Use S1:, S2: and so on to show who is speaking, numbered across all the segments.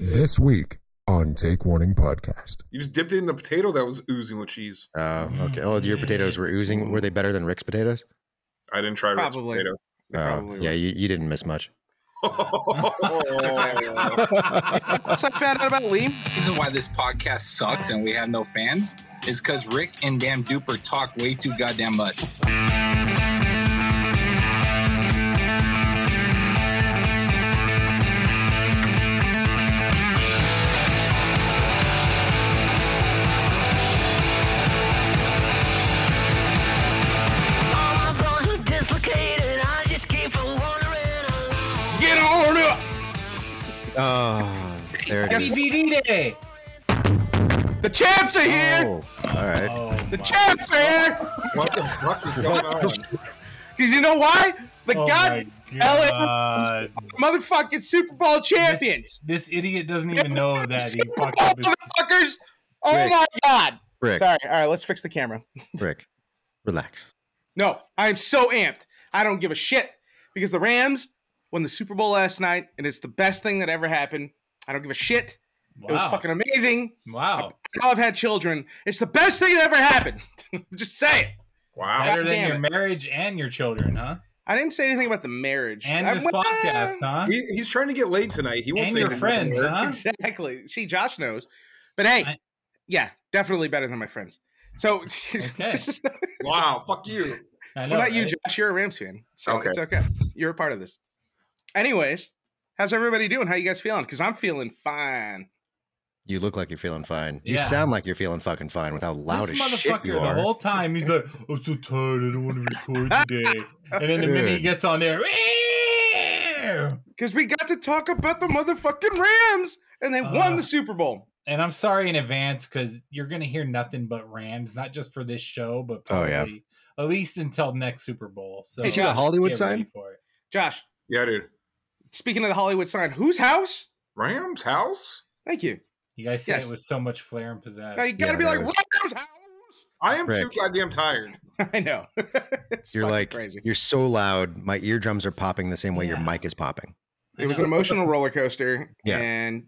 S1: This week on Take Warning Podcast.
S2: You just dipped it in the potato that was oozing with cheese.
S3: Oh, okay. Oh, your potatoes were oozing. Were they better than Rick's potatoes?
S2: I didn't try Ritz
S4: Probably.
S2: potato.
S4: They
S3: Oh,
S4: probably
S3: yeah,
S4: were.
S3: you, you didn't miss much.
S2: Oh.
S4: What's I found out about Lee?
S5: reason why this podcast sucks and we have no fans is because Rick and Damn Duper talk way too goddamn much.
S6: All my bones were dislocated. I just keep on wandering alone.
S4: Get on up!
S3: Oh, there it is.
S7: DVD Day.
S4: The champs are here!
S3: Oh, all right.
S7: Oh,
S4: The champs are here!
S2: what the fuck is going on?
S4: Because you know why? The
S7: Oh
S4: god
S7: my
S4: LA
S7: God.
S4: motherfucking Super Bowl champions!
S7: This idiot doesn't even know that he
S4: Super Bowl
S7: fucking.
S4: motherfuckers! Oh
S3: Rick.
S4: my god!
S3: Rick,
S4: Sorry, alright, let's fix the camera.
S3: Rick, relax.
S4: No, I am so amped. I don't give a shit because the Rams won the Super Bowl last night and it's the best thing that ever happened. I don't give a shit. It was
S7: Wow.
S4: fucking amazing.
S7: wow.
S4: Now I've had children. It's the best thing that ever happened. Just say it.
S2: Wow.
S7: Better than
S4: Goddamn
S7: your
S4: it.
S7: marriage and your children, huh?
S4: I didn't say anything about the marriage.
S7: And
S4: I
S7: this
S4: went-
S7: podcast, huh?
S2: He, he's trying to get laid tonight. He won't
S7: And
S2: say
S7: your
S2: anything about
S7: friends,
S2: marriage.
S7: huh?
S4: Exactly. See, Josh knows. But hey,
S7: I-
S4: yeah, definitely better than my friends. So,
S7: Okay.
S4: what
S2: Wow, fuck you.
S7: I know.
S4: about you,
S7: right?
S4: Josh? You're a Rams fan, so
S2: Okay.
S4: it's okay. You're a part of this. Anyways, how's everybody doing? How you guys feeling? Because I'm feeling fine.
S3: You look like you're feeling fine. You
S7: Yeah.
S3: sound like you're feeling fucking fine with how loud
S7: this
S3: as shit
S7: motherfucker
S3: you
S7: the
S3: are.
S7: whole time he's like, I'm so tired, I don't want to record today. And then the minute he
S3: Dude.
S7: gets on there,
S4: Because we got to talk about the motherfucking Rams, and they won
S7: Uh,
S4: the Super Bowl.
S7: and I'm sorry in advance because you're gonna hear nothing but Rams, not just for this show, but
S3: Oh,
S7: probably
S3: yeah.
S7: at least until next Super Bowl. So
S3: You see
S4: the
S7: get
S3: Hollywood
S7: ready
S3: sign?
S7: for it.
S4: Josh,
S2: Yeah, dude.
S4: speaking of the Hollywood sign, whose house?
S2: Rams house?
S4: Thank you.
S7: You guys say
S4: Yes.
S7: it with so much flair and pizzazz.
S4: Now you got to
S3: Yeah,
S4: be
S3: that
S4: like,
S3: was-
S4: Rams house.
S2: I am
S3: Rick.
S2: too goddamn tired.
S4: I know. It's
S3: You're
S4: fucking
S3: like,
S4: crazy.
S3: you're so loud. My eardrums are popping the same way your
S7: Yeah.
S3: mic is popping.
S4: It was an emotional roller coaster.
S3: Yeah.
S4: And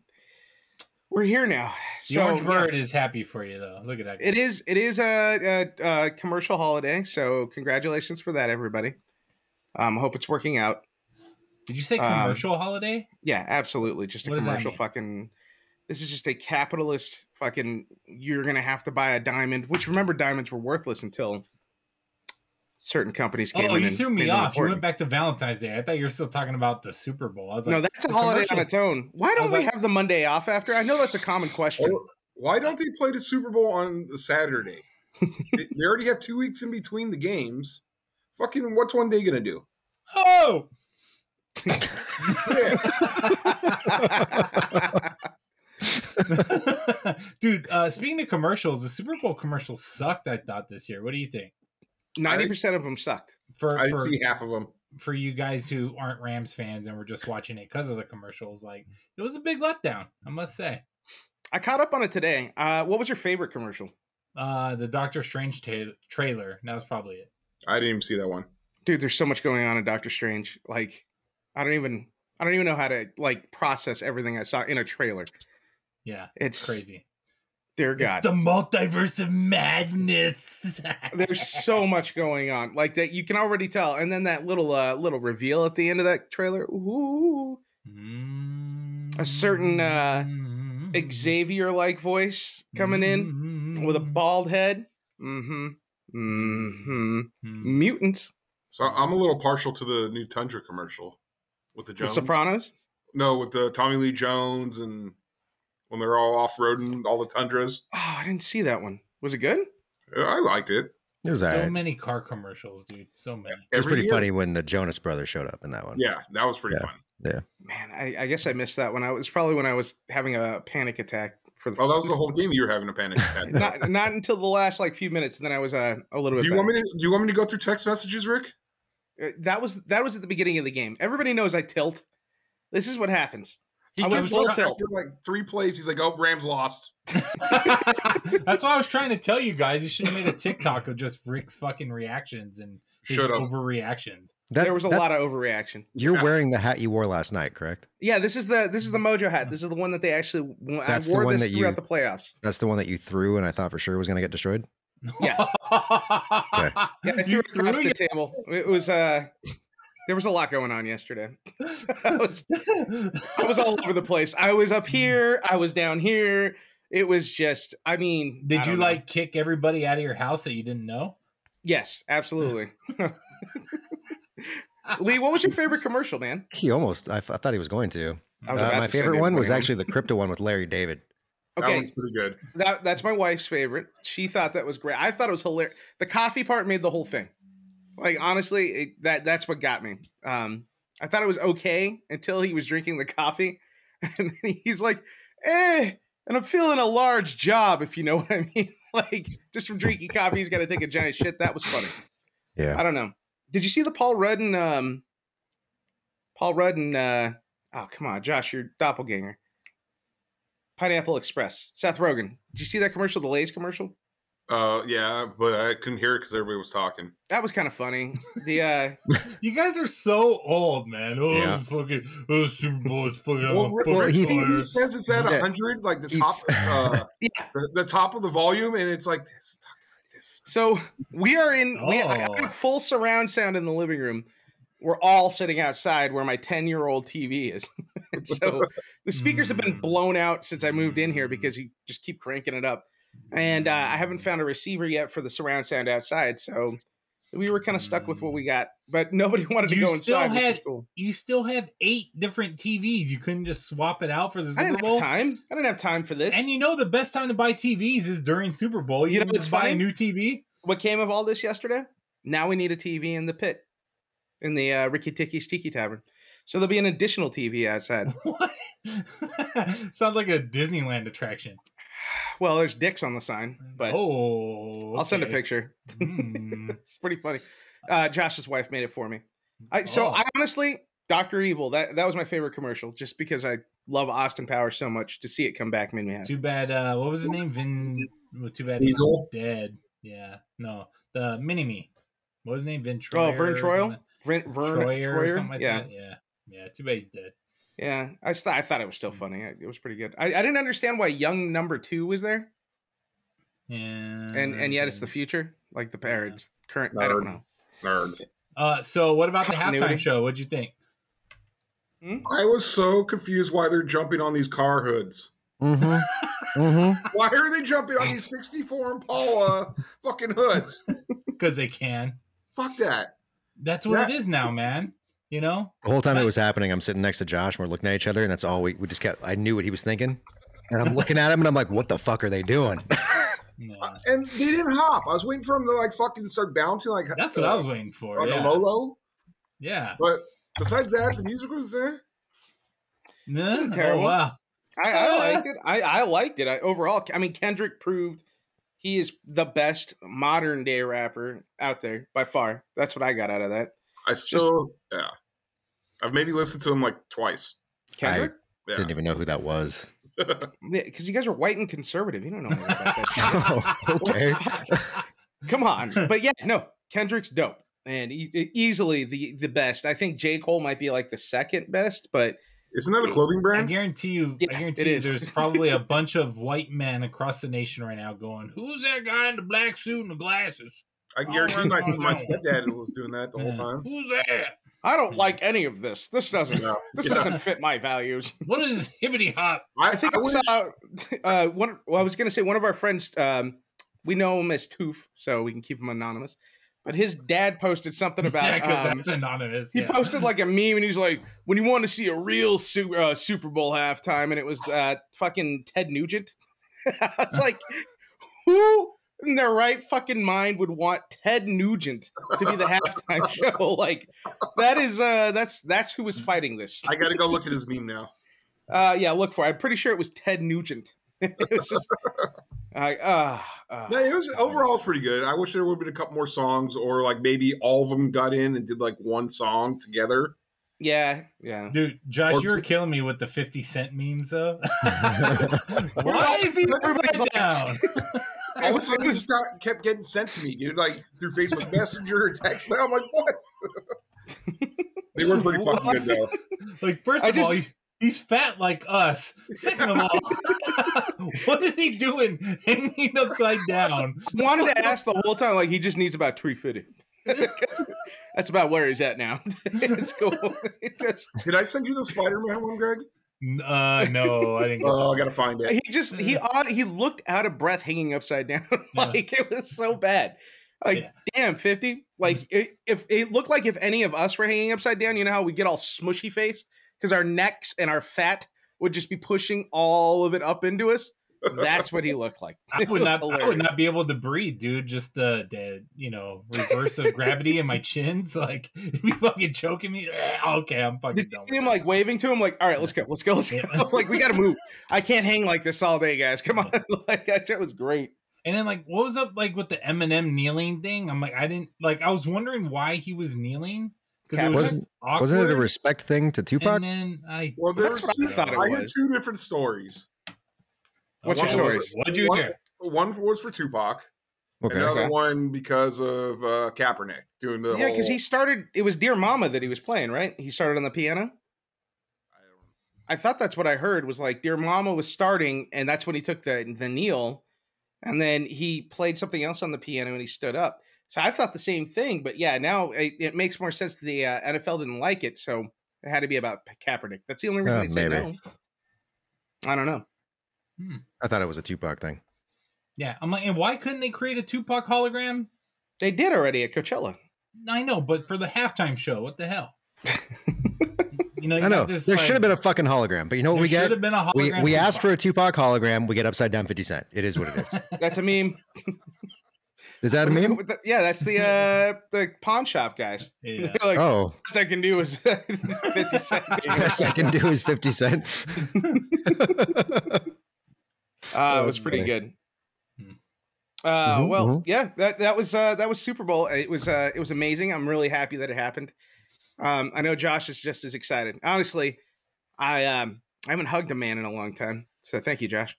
S4: we're here now.
S7: The
S4: So
S7: orange
S4: yeah,
S7: bird is happy for you though. Look at that.
S4: it is it is a, a, a commercial holiday, so congratulations for that, everybody. Um, hope it's working out.
S7: Did you say
S4: um,
S7: commercial holiday?
S4: Yeah, absolutely. Just a
S7: What does that
S4: commercial
S7: mean?
S4: fucking. This is just a capitalist fucking. You're gonna have to buy a diamond, which remember diamonds were worthless until certain companies came.
S7: Oh,
S4: in
S7: you
S4: and
S7: threw
S4: made
S7: me
S4: them
S7: off. You
S4: important.
S7: went back to Valentine's Day. I thought you were still talking about the Super Bowl. I was like,
S4: no, that's a holiday
S7: commercial-
S4: on its own. Why don't
S7: was
S4: we
S7: like-
S4: have the Monday off after? I know that's a common question.
S2: Or- Oh, Why don't they play the Super Bowl on the Saturday? they they already have two weeks in between the games. Fucking what's one day gonna do?
S7: oh,
S2: Yeah.
S7: dude. Uh, speaking of commercials, the Super Bowl commercial sucked. I thought this year. What do you think?
S4: Ninety percent of them sucked.
S7: For
S2: I
S7: for,
S2: didn't see half of them.
S7: for you guys who aren't Rams fans and were just watching it because of the commercials, like it was a big letdown, I must say.
S4: I caught up on it today. Uh, what was your favorite commercial,
S7: Uh, the Doctor Strange ta- trailer. That was probably it.
S2: I didn't even see that one.
S4: dude? There's so much going on in Doctor Strange. Like, I don't even I don't even know how to like process everything I saw in a trailer.
S7: Yeah,
S4: It's
S7: crazy.
S4: Dear God,
S7: It's the multiverse of madness.
S4: there's so much going on like that you can already tell and then that little uh little reveal at the end of that trailer ooh, a certain, uh,
S7: Mm-hmm.
S4: xavier like voice coming in with a bald head mm-hmm mm-hmm
S7: Mhm.
S4: mutants
S2: So I'm a little partial to the new Tundra commercial with the
S4: the
S2: Jones.
S4: sopranos
S2: No, with the Tommy Lee Jones and when they're all off roading all the tundras.
S4: oh i didn't see that one was it good
S2: I liked it.
S3: It was all
S7: So
S3: right.
S7: many car commercials, dude. So many.
S3: It was
S2: Every
S3: pretty
S2: year-
S3: funny when the Jonas brothers showed up in that one.
S2: Yeah, that was pretty
S3: Yeah.
S2: fun.
S4: man i, I guess i missed that one i was probably when i was having a panic attack for the
S2: Oh, that was the whole game you were having a panic attack.
S4: not, not until the last like few minutes and then i was uh, a little bit
S2: do you
S4: better.
S2: want me to do you want me to go through text messages, Rick?
S4: Uh, that was that was at the beginning of the game. Everybody knows I tilt. This is what happens. I went
S2: kept
S4: full
S2: shot
S4: tilt.
S2: after, like three plays. He's like, "Oh, Rams lost."
S7: That's what I was trying to tell you guys. You should have made a TikTok of just Rick's fucking reactions and his
S2: Shut up.
S7: overreactions.
S3: That,
S4: there was a
S3: that's-
S4: lot of overreaction.
S3: You're
S2: Yeah.
S3: wearing the hat you wore last night, correct?
S4: Yeah, this is the this is the Mojo hat. This is the one that they actually. I
S3: That's the
S4: wore
S3: one
S4: this
S3: that you-
S4: throughout the playoffs.
S3: That's the one that you threw, and I thought for sure was going to get destroyed.
S4: Yeah. Yeah, I threw
S7: You
S4: it across
S7: threw
S4: the table. It was uh, there was a lot going on yesterday. I was
S7: it?
S4: I was all over the place. I was up here. I was down here. It was just. I mean, I
S7: Did you
S4: don't know.
S7: like kick everybody out of your house that you didn't know?
S4: Yes, absolutely. Lee, what was your favorite commercial, man?
S3: He almost. I, f- I thought he was going to.
S4: I was
S3: Uh,
S4: about
S3: my
S4: to send
S3: favorite one was
S4: everybody
S3: actually the crypto one with Larry David.
S2: That
S4: Okay,
S2: one's pretty good.
S4: that that's my wife's favorite. She thought that was great. I thought it was hilarious. The coffee part made the whole thing. Like honestly, it, that that's what got me. Um, I thought it was okay until he was drinking the coffee, and then he's like, "Eh," and I'm feeling a large job, if you know what I mean. Like just from drinking coffee, he's got to take a giant shit. That was funny.
S3: Yeah.
S4: I don't know. Did you see the Paul Rudd and um, Paul Rudd and uh, oh come on, Josh, your doppelganger, Pineapple Express, Seth Rogen. Did you see that commercial, the Lay's commercial?
S2: Uh, yeah, but I couldn't hear it because everybody was talking.
S4: That was kind of funny. The uh,
S7: You guys are so old, man. Oh,
S3: Yeah.
S7: fucking oh, Super Bowl is fucking.
S2: Well,
S7: I'm a
S2: Rick-
S7: fucking
S3: well, he-
S2: everything he
S7: liar.
S2: says it's at
S3: Yeah.
S2: hundred, like the
S3: He-
S2: top, uh,
S4: Yeah.
S2: the, the top of the volume, and it's like this, talking like this.
S4: so we are in we, I, I
S7: Oh.
S4: got full surround sound in the living room. We're all sitting outside where my ten year old TV is, and so the speakers have been
S7: Mm.
S4: blown out since I moved in here because you just keep cranking it up. and uh, I haven't found a receiver yet for the surround sound outside. So we were kind of stuck with what we got, but nobody wanted to
S7: You
S4: go
S7: still
S4: inside. which
S7: had-
S4: is cool.
S7: You still have eight different TVs. You couldn't just swap it out for the
S4: I
S7: Super
S4: didn't have
S7: Bowl.
S4: time. I didn't have time for this.
S7: And you know the best time to buy TVs is during Super Bowl. You,
S4: You know
S7: can just
S4: what's
S7: buy a
S4: funny?
S7: new TV.
S4: what came of all this yesterday? Now we need a TV in the pit, in the uh, Ricky Ticky's Tiki Tavern. So there'll be an additional TV outside.
S7: What? Sounds like a Disneyland attraction.
S4: well, there's dicks on the sign, but
S7: oh,
S4: I'll send a
S7: okay.
S4: picture.
S7: Mm.
S4: It's pretty funny. Uh, Josh's wife made it for me. I, so
S7: Oh.
S4: I honestly, Doctor Evil, that that was my favorite commercial, just because I love Austin Powers so much. To see it come back made me happy.
S7: Too bad. Uh, what was his name? Vin. well, Too bad
S5: Diesel?
S7: he's dead. Yeah. No. The mini me. What was his name? Vin
S4: Oh,
S7: Troyer.
S4: Vern
S7: or
S4: Troyer,
S7: something?
S4: Vern, Vern
S7: Troyer, or
S4: Troyer?
S7: something like
S4: yeah,
S7: that. Yeah. Yeah. Too bad he's dead.
S4: yeah. I just thought I thought it was still
S7: Mm.
S4: funny. I- It was pretty good. I, I didn't understand why Young Number Two was there,
S7: Yeah.
S4: and and yet it's
S7: Mm-hmm.
S4: the future, like the parents current. I don't know.
S2: Nerds. Nerd.
S7: Uh, so what about the
S4: Continuity.
S7: halftime show? What'd you think?
S2: I was so confused why they're jumping on these car hoods.
S3: Mm-hmm. mm-hmm.
S2: Why are they jumping on these 64 Impala fucking hoods?
S7: Because they can.
S2: Fuck that.
S7: That's what it is now, man. You know.
S3: The whole time it was happening, I'm sitting next to Josh and we're looking at each other, and that's all we we just kept. I knew what he was thinking, and I'm looking at him, and I'm like, "What the fuck are they doing?"
S7: No.
S2: And they didn't hop. I was waiting for them to like fucking start bouncing like
S7: That's what I was waiting for.
S2: on
S7: Yeah.
S2: the low low.
S7: yeah.
S2: But besides that, the music was eh.
S7: No.
S4: This is
S7: Oh,
S4: terrible.
S7: wow.
S4: I, I liked it. I, I liked it. I overall, I mean, Kendrick proved he is the best modern day rapper out there by far. That's what I got out of that.
S2: I still yeah. I've maybe listened to him like twice.
S4: Kendrick,
S2: Yeah.
S3: Didn't even know who that was.
S4: because you guys are white and conservative. You don't know anything about that. shit.
S3: Oh, okay.
S4: Come on. But yeah, no, Kendrick's dope and e- e- easily the the best. I think J Cole might be like the second best, but
S2: Isn't that a clothing
S7: I
S2: brand?
S7: guarantee you.
S4: Yeah,
S7: I
S4: it
S7: guarantee you.
S4: is.
S7: There's probably a bunch of white men across the nation right now going, "Who's that guy in the black suit and the glasses?
S2: I guarantee
S7: Oh,
S2: my,
S7: no,
S2: my
S7: no.
S2: stepdad was doing that the whole
S7: Yeah.
S2: time.
S7: Who's that?
S4: I don't like any of this. This doesn't
S2: Yeah.
S4: this
S2: Yeah.
S4: doesn't fit my values.
S7: What is this hibbity hop?"
S2: I,
S4: I think
S2: I
S4: I
S2: wish-
S4: saw uh, one. Well, I was gonna say one of our friends. Um, we know him as Toof, so we can keep him anonymous. But his dad posted something about
S7: yeah, 'cause
S4: um,
S7: that's anonymous.
S4: He
S7: yeah.
S4: posted like a meme, and he's like, "When you want to see a real Super, uh, Super Bowl halftime," and it was uh, fucking Ted Nugent. it's like, who in their right fucking mind would want Ted Nugent to be the halftime show? Like, that is uh, that's that's who was fighting this.
S2: I gotta go look at his meme now.
S4: Uh, yeah, look for. It. I'm pretty sure it was Ted Nugent. it was just, I uh, uh,
S2: No, it was overall it was pretty good. I wish there would have been a couple more songs, or like maybe all of them got in and did like one song together.
S4: yeah, yeah.
S7: Dude, Josh,
S2: Or-
S7: you were killing me with the 50 cent memes, though.
S2: Why
S7: Why is he
S4: Everybody's
S7: upside
S4: like-
S7: down?
S2: all of a sudden, it just got, kept getting sent to me, dude, like through Facebook Messenger and text. Now I'm like, what? they were pretty fucking good though.
S7: Like, first
S4: I
S7: of all,
S4: just-
S7: he, he's fat like us. Second of all, what is he doing hanging upside down?
S4: wanted to ask the whole time, like he just needs about three fifty. That's about where he's at now. it's cool. It just,
S2: Did I send you the Spider Man one, Greg?
S7: N- Uh, no, I didn't. Get
S2: Oh, I gotta find it.
S4: he just he odd, he looked out of breath hanging upside down.
S7: Mm. Yeah.
S4: like it was so bad. Like
S7: Yeah.
S4: damn, fifty. Like it, if it looked like if any of us were hanging upside down, you know how we get all smushy faced because our necks and our fat would just be pushing all of it up into us. That's what he looked like.
S7: I
S4: It
S7: would
S4: was
S7: not. I would
S4: hilarious.
S7: not be able to breathe, dude. Just uh, the you know reverse of gravity in my chins, like it'd be fucking choking me. Okay, I'm
S4: Did you
S7: fucking done.
S4: see him like waving to him? Like, all right, let's go, let's go, let's go.
S7: Yeah.
S4: like, we gotta move. I can't hang like this all day, guys. Come on. like that shit was great.
S7: And then like, what was up like with the Eminem kneeling thing? I'm like, I didn't like. I was wondering why he was kneeling because it was
S3: Wasn't-
S7: just awkward.
S3: Wasn't it a respect thing to Tupac?
S7: And then I
S2: Well,
S4: That's
S2: there's
S4: what
S2: two,
S4: I thought it
S2: I heard
S4: was.
S2: two different stories.
S4: What's your
S7: What-
S4: stories?
S7: What'd you
S2: One-
S7: hear?
S2: One was for Tupac,
S3: Okay.
S2: another
S4: Okay.
S2: one because of uh, Kaepernick doing the
S4: Yeah, because
S2: whole-
S4: he started. It was Dear Mama that he was playing, right? He started on the piano. I thought that's what I heard was like Dear Mama was starting, and that's when he took the the kneel, and then he played something else on the piano and he stood up. So I thought the same thing, but yeah, now it, it makes more sense. that The uh, NFL didn't like it, so it had to be about Kaepernick. That's the only reason
S3: Uh,
S4: they said
S3: maybe.
S4: no. I don't know.
S3: I thought it was a Tupac thing.
S7: Yeah, I'm like, and why couldn't they create a Tupac hologram?
S4: They did already at Coachella.
S7: I know, but for the halftime show, what the hell? you know, you
S3: I know.
S7: got
S3: There
S7: this,
S3: should
S7: like-
S3: have been a fucking hologram, but you know what
S7: there
S3: we
S7: should
S3: get?
S7: have been a
S3: We,
S7: hologram
S3: we asked for
S7: Tupac.
S3: a Tupac hologram. We get upside down 50 Cent. It is what it is.
S4: That's a meme.
S3: Is that a meme?
S4: With the- yeah, that's the uh the pawn shop guys.
S7: Yeah.
S4: They're like,
S3: Oh,
S4: best I can do is 50 cent.
S3: best I can do is 50 Cent.
S4: Uh,
S3: Oh,
S4: it was pretty
S3: funny.
S4: good.
S7: Hmm.
S4: Uh,
S3: Mhm,
S4: well,
S3: mhm.
S4: yeah, that that was uh, that was Super Bowl. It was uh, it was amazing. I'm really happy that it happened. Um, I know Josh is just as excited. Honestly, I um, I haven't hugged a man in a long time, so thank you, Josh.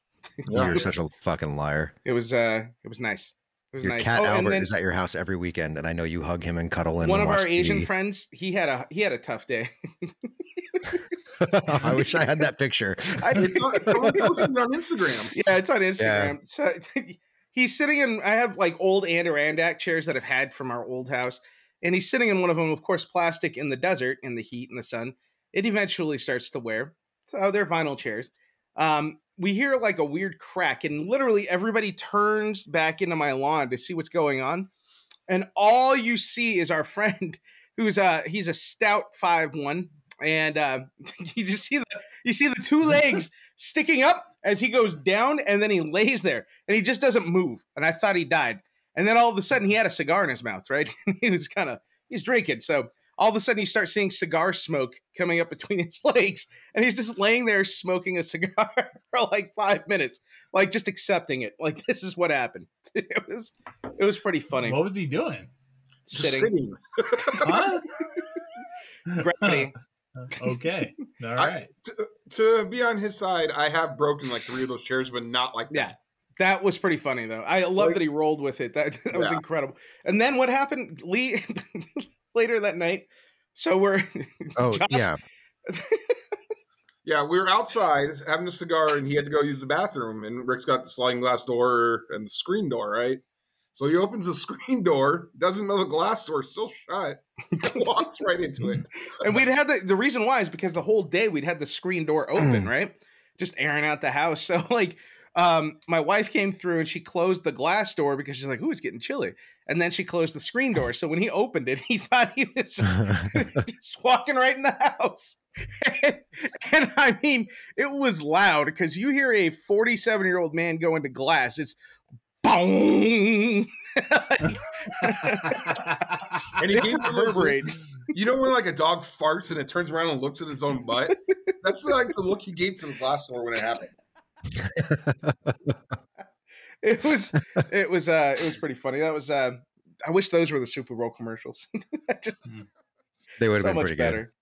S3: You're such a fucking liar.
S4: It was uh, it was nice. It was
S3: Your
S4: nice.
S3: cat
S4: Oh, and
S3: Albert
S4: then-
S3: is at your house every weekend, and I know you hug him and cuddle and
S4: one of
S3: and
S4: our
S3: watch
S4: Asian
S3: TV.
S4: friends, he had a he had a tough day.
S3: I wish I had that picture.
S2: It's on, it's on, posted on Instagram.
S4: Yeah, it's on Instagram. So he's sitting in. I have like old Adirondack chairs that I've had from our old house, and he's sitting in one of them. Of course, plastic in the desert, in the heat and the sun. It eventually starts to wear. So they're vinyl chairs. Um, we hear like a weird crack, and literally everybody turns back into my lawn to see what's going on, and all you see is our friend, who's uh he's a stout five one, and uh, you just see the you see the two legs sticking up as he goes down and then he lays there and he just doesn't move and i thought he died and then all of a sudden he had a cigar in his mouth right he was kind of he's drinking so all of a sudden you start seeing cigar smoke coming up between his legs and he's just laying there smoking a cigar for like five minutes like just accepting it like this is what happened it was it was pretty funny
S7: What was he doing?
S2: Just
S4: sitting
S2: sitting.
S7: Huh?
S4: gravity
S7: okay. All
S2: I-
S7: right.
S2: to, to be on his side, I have broken like three of those chairs, but not like
S4: Yeah.
S2: that.
S4: That was pretty funny though. I love that he rolled with it. That that was
S2: Yeah.
S4: incredible. And then what happened? Lee later that night. So we're
S3: Oh,
S4: Josh-
S3: yeah.
S2: Yeah, we were outside having a cigar, and he had to go use the bathroom. And Rick's got the sliding glass door and the screen door, right? So he opens the screen door, doesn't know the glass door's still shut, and walks right into it.
S4: and we'd had the, the reason why is because the whole day we'd had the screen door open, right? Just airing out the house. So like um my wife came through and she closed the glass door because she's like, "Ooh, it's getting chilly." And then she closed the screen door. So when he opened it, he thought he was just just walking right in the house. And, and I mean, it was loud because you hear a 47 year old man go into glass. It's boom.
S2: And he
S4: It
S2: gave one of those-
S4: reverberates.
S2: You know when like a dog farts and it turns around and looks at its own butt? That's like the look he gave to the glass door when it happened.
S4: It was, it was, uh, it was pretty funny. That was, uh, I wish those were the Super Bowl commercials. Just
S3: They would have
S4: so
S3: been
S4: much
S3: pretty
S4: better.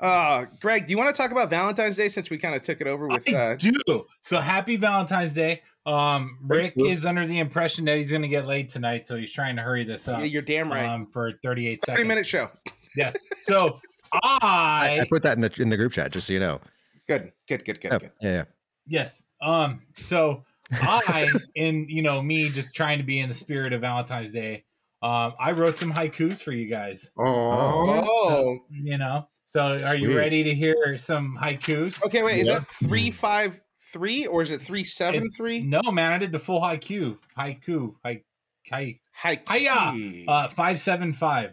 S4: Uh, Greg, do you want to talk about Valentine's Day since we kind of took it over with?
S7: I
S4: Uh,
S7: do. So happy Valentine's Day. Um,
S2: Thanks,
S7: Rick
S2: Luke.
S7: is under the impression that he's going to get laid tonight, so he's trying to hurry this up.
S4: yeah, you're damn
S2: uh,
S4: right.
S7: Um, for 38 seconds.
S4: Thirty minute show.
S7: Yes. So
S3: I, I
S7: I
S3: put that in the in the group chat just so you know.
S4: Good, good, good, good,
S3: Yeah,
S4: good.
S3: yeah, yeah.
S7: yes. Um. So I and you know me just trying to be in the spirit of Valentine's Day. Um. I wrote some haikus for you guys.
S2: Oh,
S4: Oh,
S7: You know. So are
S3: Sweet.
S7: you ready to hear some haikus?
S4: okay. Wait, is
S2: Yeah.
S4: that three five three or is it three seven three?
S7: No, man. I did the full haiku. Haiku. Haiku. Haiku.
S4: Hi.
S7: Hiya! Uh, five seven five.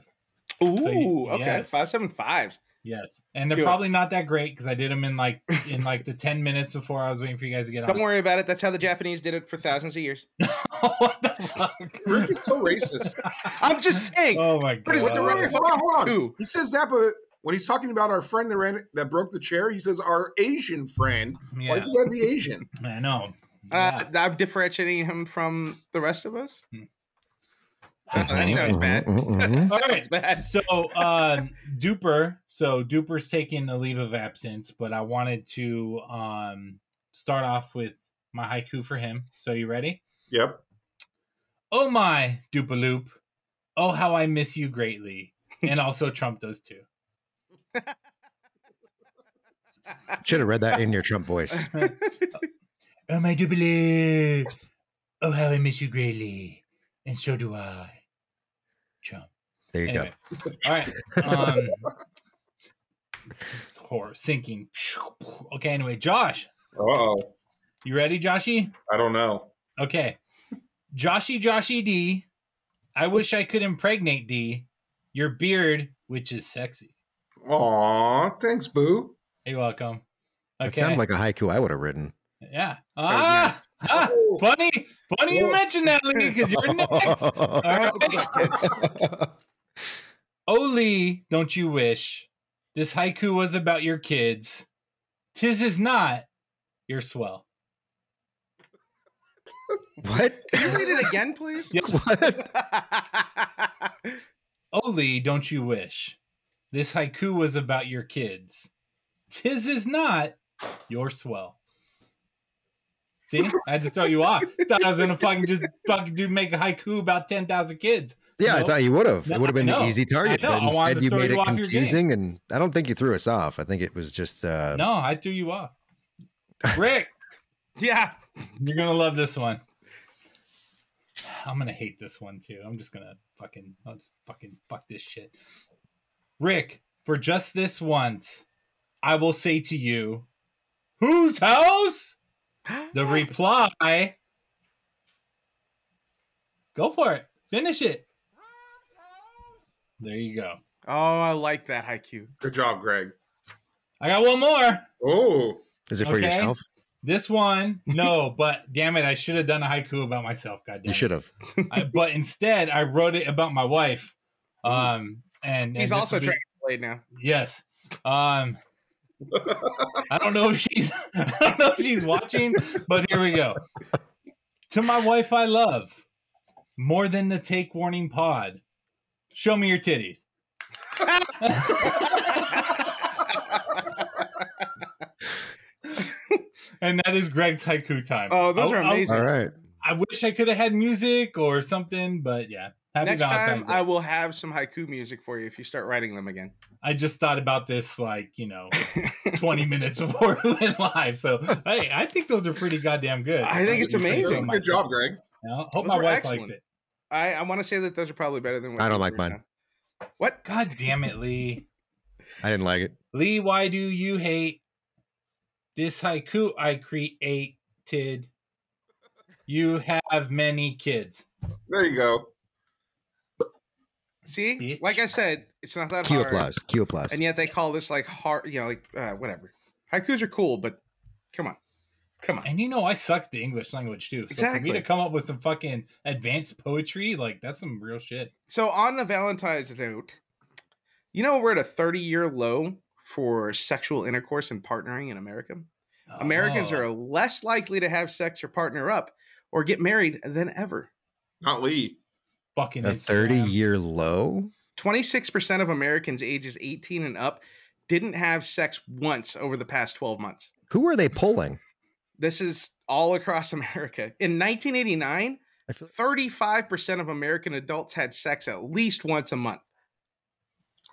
S4: Ooh,
S7: so you-
S4: okay.
S7: yes.
S4: Five seven fives.
S7: Yes, and they're
S4: Do it.
S7: probably not that great because I did them in like in like the ten minutes before I was waiting for you guys to get on.
S4: Don't worry about it. That's how the Japanese did it for thousands of years.
S7: what the fuck?
S2: Rick is so racist.
S4: I'm just saying.
S7: Oh my god!
S4: What is the
S2: Wait,
S4: wrong-
S2: hold on,
S7: Oh,
S2: hold on.
S4: Who?
S2: He says that, but when he's talking about our friend that ran that broke the chair, he says our Asian friend. Why
S7: Yeah,
S2: is he got to be Asian?
S7: I know.
S4: Uh, I'm differentiating him from the rest of us.
S7: Yeah.
S4: that sounds bad.
S3: Mhm, mhm, mhm.
S7: All right.
S4: Sounds bad.
S7: So, um, Duper. So Duper's taking a leave of absence, but I wanted to um start off with my haiku for him. So you ready?
S2: Yep.
S7: Oh my Duperloop! Oh how I miss you greatly, and also Trump does too.
S3: Should have mm-hmm. read that in your Trump voice.
S7: Oh my double! Oh how I miss you greatly, and so do I. Trump.
S3: There you
S7: Anyway, all right. Um, horror sinking. Okay. Anyway, Josh,
S2: Uh oh.
S7: you ready, Joshy?
S2: I don't know.
S7: Okay. Joshy, Joshy D. I wish I could impregnate D. Your beard, which is sexy.
S2: Aw, thanks, Boo.
S7: You're welcome.
S3: go.
S7: Okay.
S3: It sounded like a haiku I would have written.
S7: yeah. Ah, ah,
S2: Oh.
S7: funny, funny you
S2: Whoa.
S7: mentioned that, Lee, because you're next. All right. Oli, don't you wish this haiku was about your kids? Tis is not. You're swell.
S3: what?
S4: Can you read it again, please?
S3: What?
S7: Oli, Oh, don't you wish this haiku was about your kids? Tis is not. You're swell. See, I had to throw you off. Thought I was gonna fucking just fucking do make a haiku about ten thousand kids.
S3: Yeah, I
S7: Nope.
S3: thought you would have.
S7: No,
S3: it would have been
S7: I
S3: an
S7: know.
S3: easy target,
S7: I know.
S3: but
S7: I wanted
S3: instead
S7: to
S3: you
S7: throw
S3: made
S7: you
S3: it
S7: off your game.
S3: confusing, and I don't think you threw us off. I think it was just uh,
S7: No, I threw you off. Rick,
S4: yeah.
S7: You're gonna love this one. I'm gonna hate this one too. I'm just gonna fucking I'll just fucking fuck this shit. Rick, for just this once, I will say to you, whose house? The reply. Go for it. Finish it. There you go.
S4: Oh, I like that haiku.
S2: Good job, Greg.
S7: I got one more.
S2: Oh,
S3: is it for
S7: Okay.
S3: yourself?
S7: This one, no, but damn it, I should have done a haiku about myself. God damn
S3: You
S7: it.
S3: should have.
S7: I, but instead, I wrote it about my wife. Um, and and
S4: He's
S7: this
S4: also
S7: would be-
S4: trying to play now.
S7: Yes. Um, I don't know if she's I don't know if she's watching, but here we go. To my wife, I love more than the take warning pod. Show me your titties. and that is Greg's haiku time.
S4: Oh, those
S7: I-
S4: are
S7: I-
S4: amazing.
S3: All right.
S7: I wish I could have had music or something, but yeah. Happy
S4: Next time,
S7: Valentine's Day.
S4: I will have some haiku music for you if you start writing them again.
S7: I just thought about this like, you know, 20 minutes before we went live. So, hey, I think those are pretty goddamn good.
S4: I think it's
S7: would say so
S4: amazing.
S2: good job,
S7: myself.
S2: Greg.
S7: oh You know, hope
S4: Those
S7: my
S4: were
S7: wife
S4: excellent.
S7: likes it.
S4: I, I want to say that those are probably better than. What
S3: I don't
S4: you
S3: like
S4: wrote
S3: mine.
S4: down. What?
S7: God damn it, Lee.
S3: I didn't like it.
S7: Lee, why do you hate this haiku I created? You have many kids.
S2: There you go.
S4: See,
S7: Bitch.
S4: like I said, it's not that
S3: Q
S4: hard.
S3: applause. Q applause.
S4: And yet they call this like hard. You know, like uh, whatever. Haikus are cool, but come on, come on.
S7: And you know, I suck at the English language too. So for
S4: Exactly.
S7: me to come up with some fucking advanced poetry, like that's some real shit.
S4: So on the Valentine's note, you know we're at a 30 year low for sexual intercourse and partnering in America. Americans
S7: Oh.
S4: are less likely to have sex or partner up or get married than ever.
S2: Not Lee.
S7: fucking
S3: a
S7: Instagram.
S3: 30 year low?
S4: 26% of Americans ages 18 and up didn't have sex once over the past 12 months.
S3: Who are they polling?
S4: This is all across America. In 1989,
S3: I feel
S4: 35% of American adults had sex at least once a month.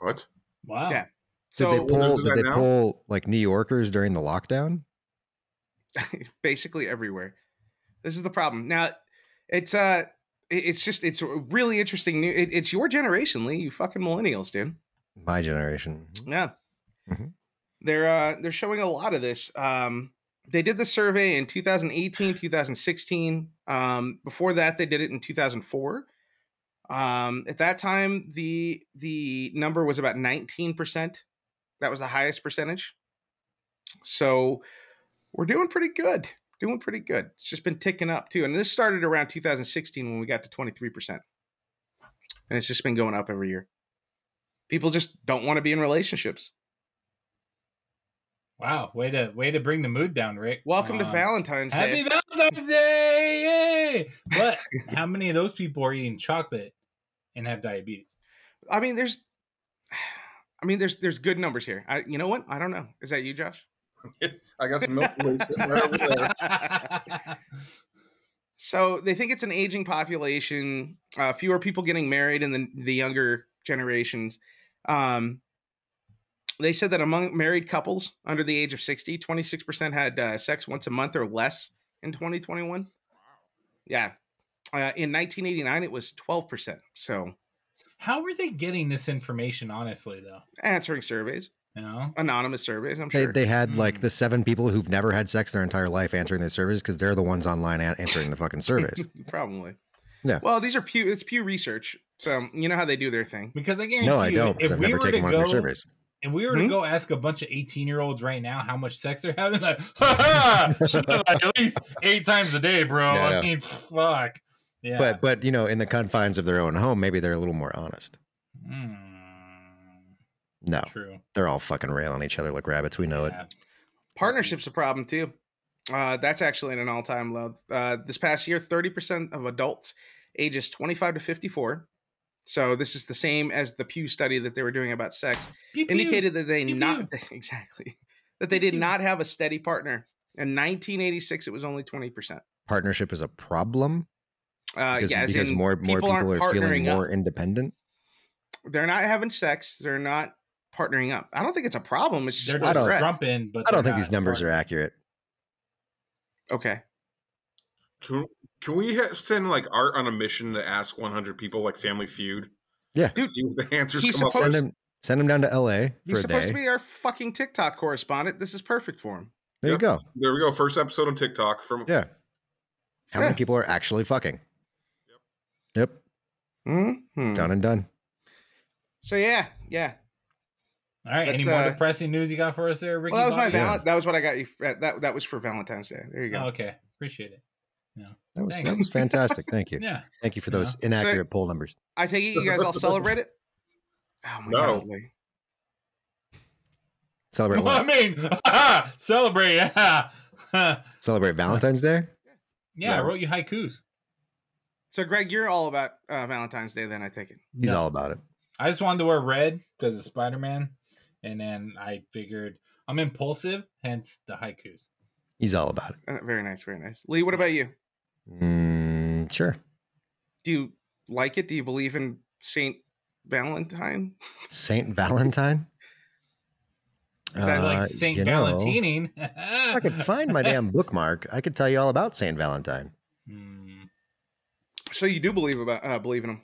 S2: What?
S7: Wow.
S4: Yeah.
S3: did
S4: So
S3: they poll?
S2: those are
S3: Did
S2: right
S3: they
S2: now?
S3: poll like New Yorkers during the lockdown?
S4: basically everywhere. This is the problem. Now, it's uh it- it's just it's a really interesting new it, it's your generation, Lee, you fucking millennials, dude.
S3: My generation.
S4: Yeah.
S3: Mhm.
S4: They're uh they're showing a lot of this. Um they did the survey in 2018, 2016. Um before that they did it in 2004. Um at that time the the number was about 19%. That was the highest percentage. So we're doing pretty good. Doing pretty good. It's just been ticking up too. And this started around 2016 when we got to 23%. And it's just been going up every year. People just don't want to be in relationships.
S7: Wow. Way to way to bring the mood down, Rick.
S4: Welcome to
S7: Um,
S4: Valentine's
S7: Happy
S4: Day.
S7: Valentine's Day! Yay! But how many of those people are eating chocolate and have diabetes?
S4: I mean, there's, I mean, there's there's good numbers here. I, you know what? I don't know. Is that you, Josh?
S2: I got some milk plate sitting right over there.
S4: So they think it's an aging population, uh, fewer people getting married in the, the younger generations. Um, they said that among married couples under the age of 60, 26% had uh, sex once a month or less in 2021. Yeah. Uh, in 1989, it was 12%. So
S7: how are they getting this information? Honestly, though,
S4: answering surveys,
S7: you know,
S4: anonymous surveys, I'm
S3: They,
S4: sure.
S3: they had like
S7: Mm.
S3: the seven people who've never had sex their entire life answering their surveys because they're the ones online an- answering the fucking surveys.
S4: Probably.
S3: Yeah.
S4: Well, these are Pew. It's Pew Research, so you know how they do their thing.
S7: because I guarantee
S3: no, I
S7: you,
S3: don't. 'cause
S7: if
S3: I've
S7: we
S3: never
S7: were to
S3: taken one of
S7: go,
S3: their surveys.
S7: if we were to
S4: Hmm?
S7: go ask a bunch of eighteen-year-olds right now how much sex they're having, like, ha ha, she does at least eight times a day, bro.
S3: Yeah, I
S7: I,
S3: know.
S7: mean, fuck. Yeah,
S3: But but you know, in the confines of their own home, maybe they're a little more honest.
S7: Mm,
S3: No,
S7: Hmm. true.
S3: they're all fucking railing each other like rabbits. We Oh, know it.
S7: Yeah.
S4: Partnership's a problem too. Uh, that's actually at an all-time low. Uh, this past year, thirty percent of adults ages twenty-five to fifty-four. So this is the same as the Pew study that they were doing about sex
S7: Pew, pew.
S4: indicated that they
S7: Pew,
S4: not exactly that they did
S7: Pew.
S4: not have a steady partner. In 1986, it was only 20 percent.
S3: Partnership is a problem
S4: Uh,
S3: because,
S4: yeah, as
S3: because
S4: in
S3: more more people,
S4: aren't
S3: are feeling
S4: partnering up.
S3: more independent.
S4: they're not having sex. They're not partnering up. I don't think it's a problem. It's just
S7: They're
S4: what
S7: just
S3: I
S4: it's
S3: don't-
S4: at.
S7: grumping, but
S3: I don't
S7: they're
S3: think these
S7: not
S3: numbers are
S7: farting.
S3: accurate.
S4: Okay.
S2: Can, can we ha- send like Art on a mission to ask 100 people like Family Feud?
S3: Yeah.
S2: Dude, see if the answers
S4: he's
S2: come up.
S3: Send
S4: supposed-
S2: with?
S3: them send them down to L.A. for
S4: He's
S3: a
S4: supposed
S3: day.
S4: to be our fucking TikTok correspondent. This is perfect for him.
S3: there you
S2: Yep.
S3: go.
S2: There we go. First episode on TikTok from
S3: Yeah. How
S4: Yeah.
S3: many people are actually fucking? Yep.
S4: Mm-hmm.
S3: Done and done.
S4: So yeah, yeah.
S7: All right.
S4: That's,
S7: Any more
S4: uh,
S7: depressing news you got for us there, Ricky?
S4: well, that was my
S7: Bobby?
S4: val- that was what I got you. For, that that was for Valentine's Day. There you go.
S7: Oh, okay. Appreciate it.
S3: That was
S7: Thanks.
S3: that was fantastic. Thank you.
S7: Yeah.
S3: Thank you for
S7: Yeah.
S3: those inaccurate poll numbers.
S4: I take it you guys all celebrate it. Oh my
S2: No.
S4: god, Lee.
S3: Celebrate
S7: Well, I
S3: what?
S7: mean, celebrate. Yeah. yeah.
S3: Celebrate Valentine's Day.
S7: I
S2: No.
S7: wrote you haikus.
S4: So Greg, you're all about uh, Valentine's Day. Then I take it.
S3: He's
S7: No.
S3: all about it.
S7: I just wanted to wear red because of Spider Man. And then I figured I'm impulsive, hence the haikus.
S3: He's all about it.
S4: Uh, very nice, very nice. Lee, what about you?
S3: Mm, sure.
S4: Do you like it? Do you believe in Saint Valentine?
S3: Saint Valentine.
S7: Is that
S3: Uh,
S7: like St.
S3: you know,
S7: Valentine?
S3: if I could find my damn bookmark. I could tell you all about Saint Valentine.
S7: Hmm.
S4: So you do believe about uh, believe in him?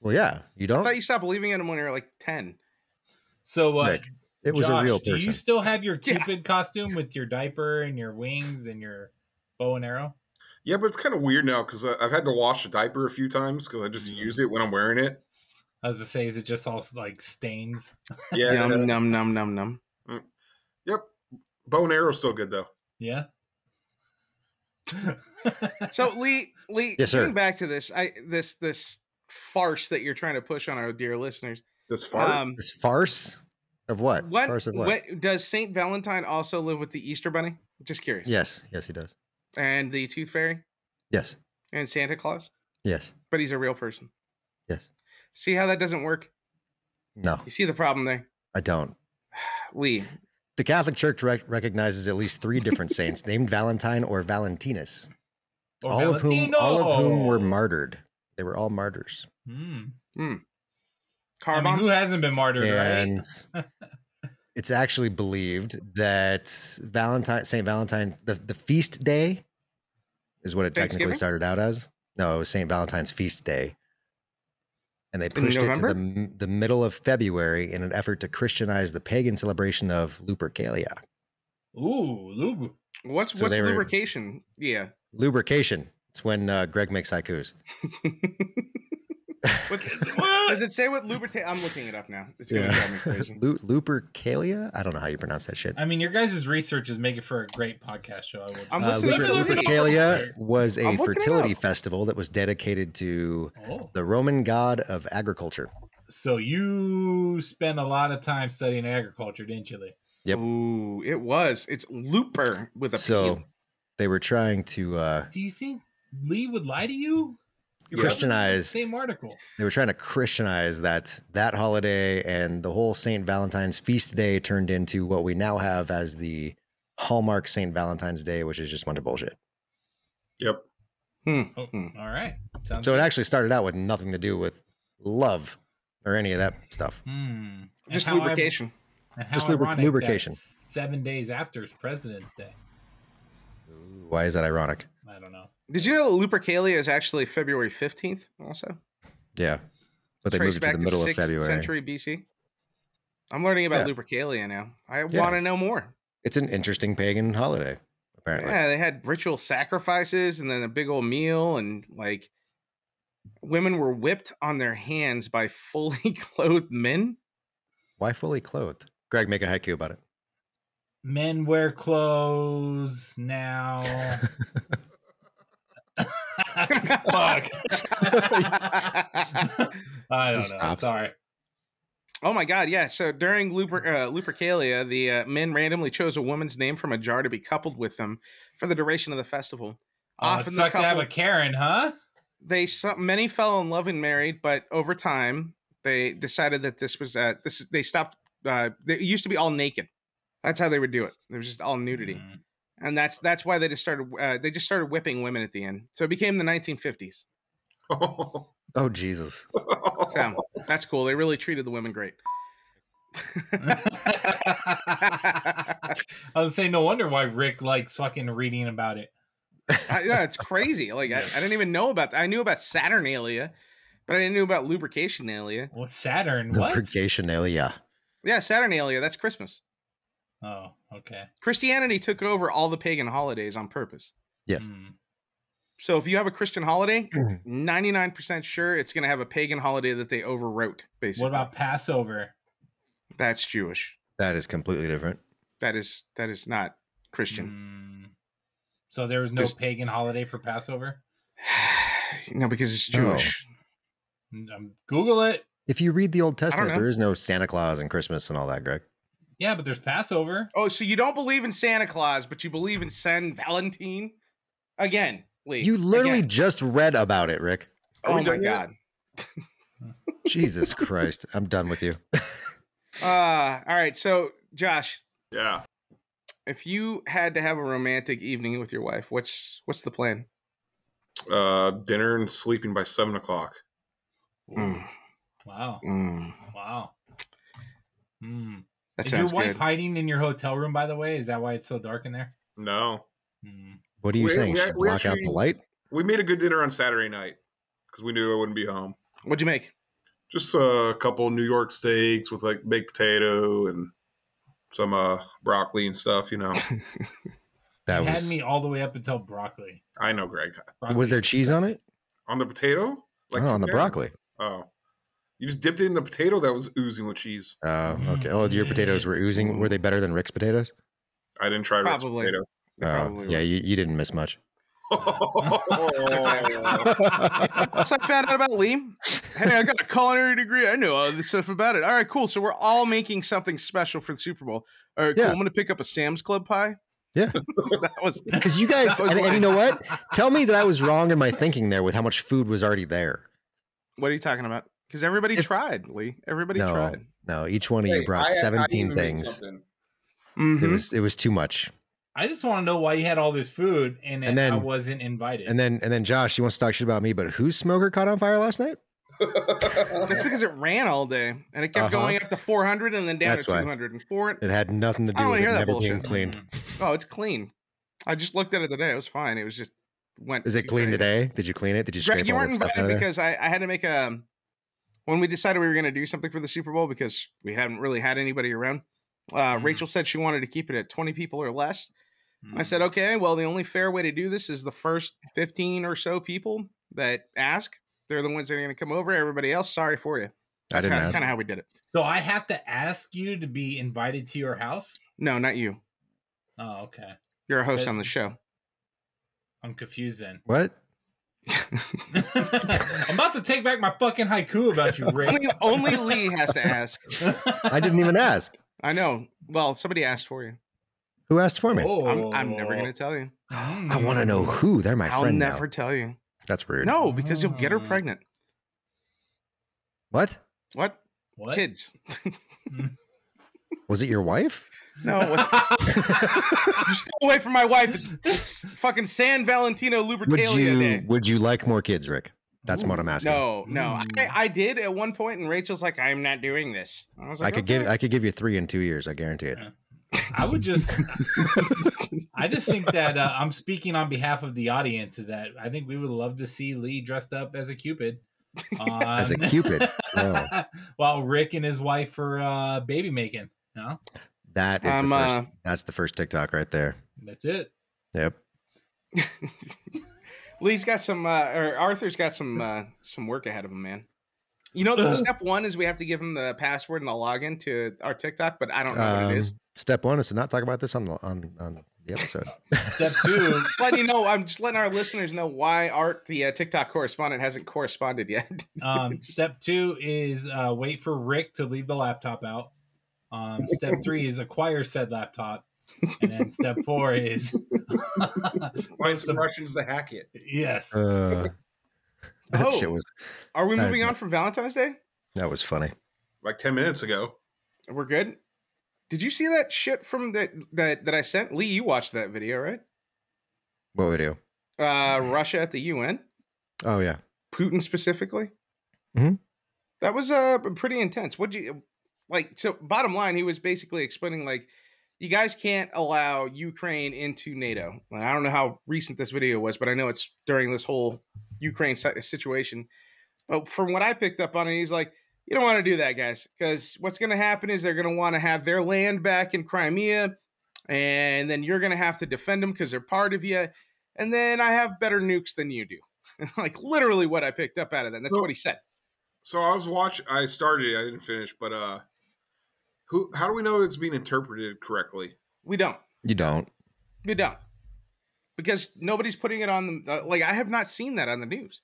S3: Well, yeah, you
S4: I
S3: don't.
S4: thought you stopped believing in him when you were like ten.
S7: So what?
S3: Nick, it was a
S7: Josh,
S3: real
S7: Do you
S3: person.
S7: still have your
S4: Yeah.
S7: Cupid costume with your diaper and your wings and your bow and arrow?
S2: Yeah, but it's kind of weird now because I've had to wash a diaper a few times because I just
S7: Mhm.
S2: use it when I'm wearing it.
S7: I was to say, is it just all like stains?
S2: Yeah.
S4: Num num num num num.
S2: Yep. Bow and arrow's still good though.
S7: Yeah.
S4: So Lee, Lee,
S3: Yes, sir.
S4: getting back to this, I this this farce that you're trying to push on our dear listeners. um,
S2: This fart.
S3: This farce of what? farce of what?
S4: does Saint Valentine also live with the Easter Bunny? Just curious.
S3: Yes, yes, he does.
S4: And the Tooth Fairy
S3: Yes,
S4: and Santa Claus,
S3: yes,
S4: but he's a real person.
S3: yes.
S4: See how that doesn't work?
S3: No,
S4: You see the problem there?
S3: I I don't.
S4: Lee,
S3: The Catholic Church rec- recognizes at least three different saints named Valentine or Valentinus,
S7: Or
S3: all of whom all of whom were
S7: Oh, Valentino.
S3: martyred. They were all martyrs.
S7: Hmm. I
S4: car
S7: mean,
S4: bomb.
S7: who hasn't been martyred,
S3: and
S7: right?
S3: it's actually believed that Valentine, Saint Valentine, the, the feast day, is what it technically
S4: Thanksgiving?
S3: started out as. No, it was Saint Valentine's feast day, and they
S4: In
S3: pushed it to
S4: November?
S3: the m- the middle of February in an effort to Christianize the pagan celebration of Lupercalia,
S7: Ooh, Lubu.
S4: what's
S3: so
S4: what's
S3: they were-
S4: lubrication? Yeah.
S3: lubrication. It's when uh, Greg makes haikus.
S4: What, does it say what lubricate? I'm looking it up now. It's gonna
S3: Yeah.
S4: drive me crazy.
S3: Lu- Lupercalia. I don't know how you pronounce that shit.
S7: I mean, your guys' research is making for a great podcast show. I would.
S4: I'm
S3: Uh,
S4: listening
S3: Luper-
S4: to it.
S3: Lupercalia was a
S4: I'm looking it
S3: fertility
S4: up.
S3: festival that was dedicated to
S7: Oh,
S3: the Roman god of agriculture.
S7: so you spent a lot of time studying agriculture, didn't you, Lee?
S3: Yep.
S4: Ooh, it was. It's looper with a
S3: so
S4: P.
S3: they were trying to uh,
S7: Do you think Lee would lie to you? You're
S3: Christianized.
S7: Same article.
S3: they were trying to Christianize that that holiday and the whole Saint Valentine's feast day turned into what we now have as the hallmark Saint Valentine's Day, which is just a bunch of bullshit.
S2: Yep.
S7: Oh,
S4: Hmm.
S7: all right. Sounds
S3: So it
S7: good.
S3: actually started out with nothing to do with love or any of that stuff.
S7: Hmm. And
S4: Just
S7: how I-
S4: lubrication.
S7: and how
S3: Just lubri-
S7: ironic that
S3: lubrication.
S7: Seven days after is President's Day.
S3: Why is that ironic?
S7: I don't know.
S4: Did you know that Lupercalia is actually February 15th? Also,
S3: Yeah, but they moved it to the middle of February.
S4: century BC. I'm learning about
S3: Yeah.
S4: Lupercalia now. I
S3: Yeah.
S4: want to know more.
S3: It's an interesting pagan holiday, apparently.
S4: Yeah, they had ritual sacrifices and then a big old meal and like women were whipped on their hands by fully clothed men.
S3: Why fully clothed? Greg, make a haiku about it.
S7: Men wear clothes now. Fuck. I don't
S3: Just
S7: know.
S3: stops.
S7: Sorry.
S4: Oh my god, yeah. So during Luper, uh, Lupercalia, the uh, men randomly chose a woman's name from a jar to be coupled with them for the duration of the festival.
S7: Oh, it
S4: the
S7: sucked to have a
S4: couple-
S7: Karen, huh?
S4: they so- many fell in love and married, but over time they decided that this was uh, this they stopped. Uh, they it used to be all naked. That's how they would do it. It was just all nudity,
S7: Mm.
S4: and that's that's why they just started. Uh, they just started whipping women at the end. So it became the 1950s.
S2: Um,
S3: Oh Jesus!
S4: So that's cool. They really treated the women great.
S7: I was saying, no wonder why Rick likes fucking reading about it.
S4: I, yeah, it's crazy. Like I, I didn't even know about that. I knew about Saturnalia, but I didn't know about lubricationalia.
S7: Well, Saturn, what?
S3: Lubricationalia.
S4: Yeah, Saturnalia. That's Christmas.
S7: Oh, okay.
S4: Christianity took over all the pagan holidays on purpose.
S3: Yes.
S7: Mm.
S4: So if you have a Christian holiday, ninety nine percent sure it's going to have a pagan holiday that they overwrote. Basically,
S7: What about Passover?
S4: that's Jewish.
S3: That is completely different.
S4: That is that is not Christian.
S7: Mm. So there was no
S3: Just-
S7: pagan holiday for Passover? Mm.
S4: no, because it's
S3: No.
S4: Jewish.
S7: Um, Google it.
S3: If you read the Old Testament,
S4: know.
S3: there is no Santa Claus and Christmas and all that, Greg.
S7: Yeah, but there's Passover.
S4: Oh, so you don't believe in Santa Claus, but you believe in San Valentine? Again, Lee.
S3: You literally
S4: again.
S3: just read about it, Rick.
S2: Are we
S4: Oh my
S2: done yet?
S4: god.
S3: Jesus Christ. I'm done with you.
S4: Uh, all right. So, Josh,
S2: yeah.
S4: if you had to have a romantic evening with your wife, what's what's the plan?
S2: Uh, dinner and sleeping by seven o'clock.
S4: Mm,
S7: Wow.
S4: mm.
S7: Wow. Mm.
S4: That
S7: Is your
S4: sounds
S7: wife
S4: good.
S7: hiding in your hotel room, by the way? Is that why it's so dark in there?
S2: No,
S7: Mm.
S3: What are you
S2: We-
S3: saying?
S2: we-
S3: Should
S2: we
S3: block out
S2: actually-
S3: the light?
S2: we made a good dinner on Saturday night because we knew I wouldn't be home.
S4: What'd you make?
S2: Just a couple New York steaks with like baked potato and some uh broccoli and stuff. You know,
S3: That
S7: You
S3: was
S7: had me all the way up until broccoli.
S2: I know, Greg.
S3: Was there
S7: Broccoli's
S3: cheese on it?
S2: On the potato,
S3: oh,
S2: two
S3: on the
S2: pounds.
S3: broccoli.
S2: Oh, you just dipped it in the potato that was oozing with cheese.
S3: Oh, okay. Oh, your potatoes were
S7: Yes.
S3: oozing. Were they better than Rick's potatoes?
S2: I didn't try Rick's
S4: Probably.
S2: potato.
S4: They
S3: Oh,
S4: probably
S3: yeah,
S4: were.
S3: you, you didn't miss much.
S4: That's what I found out about Lee. Hey, I got a culinary degree. I know all this stuff about it. All right, cool. So we're all making something special for the Super Bowl. All right, cool.
S3: Yeah.
S4: I'm gonna pick up a Sam's Club pie.
S3: Yeah.
S4: that was
S3: Because you guys,
S4: That was
S3: and, and
S4: why.
S3: you know what? Tell me that I was wrong in my thinking there with how much food was already there.
S4: what are you talking about? because everybody
S3: If-
S4: tried, Lee. Everybody
S3: no,
S4: tried.
S3: no. Each one of you
S2: Hey,
S3: brought
S2: I- I
S3: seventeen
S2: even made
S3: things.
S2: something.
S4: Mhm.
S3: It was it was too much.
S7: I just want to know why you had all this food and,
S3: And
S7: then I
S3: then-
S7: wasn't invited.
S3: And then and then Josh, he wants to talk shit about me, but whose smoker caught on fire last night?
S4: That's because it ran all day and it kept
S3: Uh-huh.
S4: going up to 400 and then down
S3: That's
S4: to
S3: why.
S4: 200 and four.
S3: It had nothing to
S4: I
S3: do
S4: don't
S3: with it
S4: hear that
S3: never being
S4: bullshit.
S3: cleaned.
S4: Oh, it's clean. I just looked at it today. It was fine. It was just went.
S3: Is it
S4: too
S3: clean
S4: crazy.
S3: today? Did you clean it? Did you
S4: Greg,
S3: scrape
S4: you
S3: all the
S4: weren't
S3: stuff out
S4: invited
S3: of there?
S4: because I, I had to make a. um, When we decided we were going to do something for the Super Bowl because we hadn't really had anybody around, uh,
S3: Mm-hmm.
S7: Mm.
S4: Rachel said she wanted to keep it at 20 people or less. I said, "Oh."
S7: Mm.
S4: okay, well, the only fair way to do this is the first 15 or so people that ask, they're the ones that are going to come over. Everybody else, sorry for you.
S3: I
S4: That's
S3: didn't
S4: kind
S3: ask.
S4: of how we did it.
S7: So I have to ask you to be invited to your house?
S4: No, not you.
S7: Oh, okay.
S4: You're a host on the
S7: But-
S4: show.
S7: I'm confused then.
S3: What?
S7: I'm about to take back my fucking haiku about you, Rick.
S4: only, only Lee has to ask.
S3: I didn't even ask.
S4: I know. Well, somebody asked for you.
S3: Who asked for me?
S4: I'm,
S7: Oh.
S4: I'm never going to tell you.
S3: I want to know who. They're Oh. my
S4: I'll
S3: friend
S4: never
S3: now.
S4: tell you.
S3: That's rude.
S4: No, because you'll get her
S7: Mm.
S4: pregnant.
S3: What?
S4: What?
S7: What?
S4: Kids.
S3: Was it your wife?
S4: No. What? you stay away from my wife. It's, it's fucking San Valentino
S3: Would
S4: Lubricalia
S3: you
S4: Day.
S3: Would you like more kids, Rick? That's what
S7: Ooh,
S3: I'm asking.
S4: No, no. I,
S7: Mm.
S4: I did at one point, and Rachel's like, I'm not doing this. I was
S3: I
S4: like,
S3: could give I could give you three in two years. I guarantee it.
S7: I would just. I just think that uh, I'm speaking on behalf of the audience. Is that I think we would love to see Lee dressed up as a cupid.
S3: As a
S7: on-
S3: cupid? Oh.
S7: while Rick and his wife are uh, baby making. No,
S3: That is
S4: I'm,
S3: the first.
S4: uh,
S3: that's the first TikTok right there.
S7: that's it.
S3: Yep.
S4: Lee's got some, uh, or Arthur's got some, uh, some work ahead of him, man. You know, the step one is we have to give him the password and the login to our TikTok, but I don't know what it is.
S3: Um, Step one is to not talk about this on the on, on the episode.
S7: Step two.
S4: Just letting you know, I'm just letting our listeners know why Art, the uh, TikTok correspondent, hasn't corresponded yet.
S7: Um, step two is uh, wait for Rick to leave the laptop out. Um, step three is acquire said laptop, and then step four is
S2: Find some Russians to hack it.
S7: yes.
S3: Uh, that
S4: Oh.
S3: shit was
S4: Are we
S3: Uh,
S4: moving
S3: no.
S4: on from Valentine's Day?
S3: that was funny.
S2: Like ten minutes ago.
S4: We're good. Did you see that shit from that that that I sent Lee? You watched that video, right?
S3: What we do?
S4: Uh, Russia at the UN,
S3: Oh yeah.
S4: Putin specifically.
S3: Mhm.
S4: That was uh pretty intense. What you like? So, bottom line, he was basically explaining like, you guys can't allow Ukraine into NATO. And I don't know how recent this video was, but I know it's during this whole Ukraine si- situation. But from what I picked up on it, he's like, you don't want to do that, guys, because what's going to happen is they're going to want to have their land back in Crimea, and then you're going to have to defend them because they're part of you. And then I have better nukes than you do. like literally what I picked up out of that. That's
S2: Well-
S4: what he said.
S2: So I was watch. I started. it, I didn't finish. But uh, who? How do we know it's being interpreted correctly?
S4: We don't.
S3: You don't.
S4: We don't. Because nobody's putting it on the uh, like. I have not seen that on the news.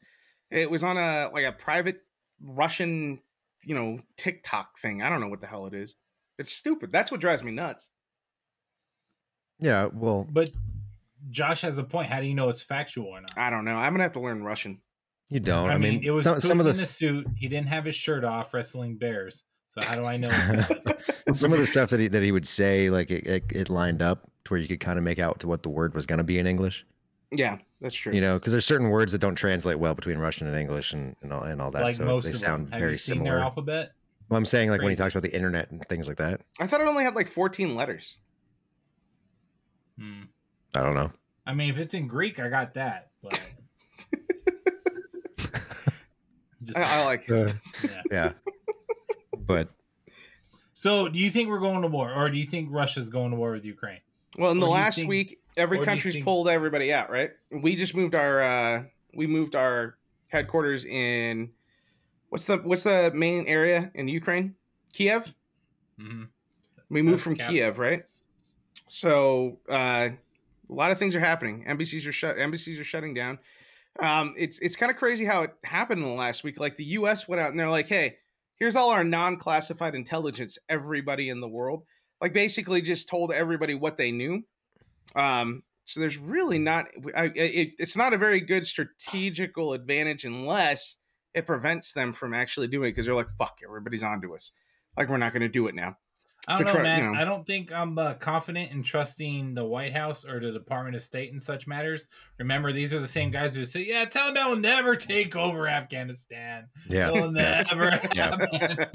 S4: It was on a like a private Russian, you know, TikTok thing. I don't know what the hell it is. It's stupid. That's what drives me nuts.
S3: Yeah. Well,
S7: But Josh has a point. How do you know it's factual or not?
S4: I don't know. I'm gonna have to learn Russian.
S3: you don't.
S7: I mean, it was
S3: some, some of
S7: Putin
S3: the
S7: in a
S3: s-
S7: suit. He didn't have his shirt off wrestling bears. So how do I know? It's not?
S3: some of the stuff that he that he would say like it, it, it lined up to where you could kind of make out to what the word was going to be in English.
S4: Yeah, that's true.
S3: You know, because there's certain words that don't translate well between Russian and English and and all, and all that.
S7: like
S3: so
S7: most
S3: they
S7: of
S3: sound
S7: them. Have
S3: very
S7: you seen
S3: similar.
S7: their alphabet?
S3: Well, I'm saying like when he
S7: Crazy.
S3: talks about the internet and things like that.
S4: I thought it only had like 14 letters.
S7: Hmm.
S3: I don't know.
S7: I mean, if it's in Greek, I got that. But just
S4: I, I like.
S7: yeah.
S3: Yeah. but
S7: So, do you think we're going to war, or do you think Russia's going to war with Ukraine?
S4: Well, in the
S7: or do you
S4: last
S7: think-
S4: week, every
S7: or do you
S4: country's
S7: think-
S4: pulled everybody out, right? We just moved our uh we moved our headquarters in what's the what's the main area in Ukraine? Kiev.
S7: Mm-hmm.
S4: We moved
S7: That's
S4: from
S7: capital.
S4: Kiev, right? So uh, a lot of things are happening. Embassies are shut. Embassies are shutting down. Um, it's it's kind of crazy how it happened in the last week. Like the U.S. went out and they're like, "Hey, here's all our non-classified intelligence. Everybody in the world, like, basically just told everybody what they knew." Um, so there's really not. I, I- it, it's not a very good strategical advantage unless it prevents them from actually doing it because they're like, fuck, everybody's onto us. Like, we're not going to do it now.
S7: I
S4: to
S7: don't know,
S4: try-
S7: man.
S4: you know.
S7: I don't think I'm uh, confident in trusting the White House or the Department of State in such matters. Remember, these are the same guys who say, "Yeah, Taliban will never take over Afghanistan.
S3: Yeah.
S7: Will never
S3: Yeah.
S7: happen."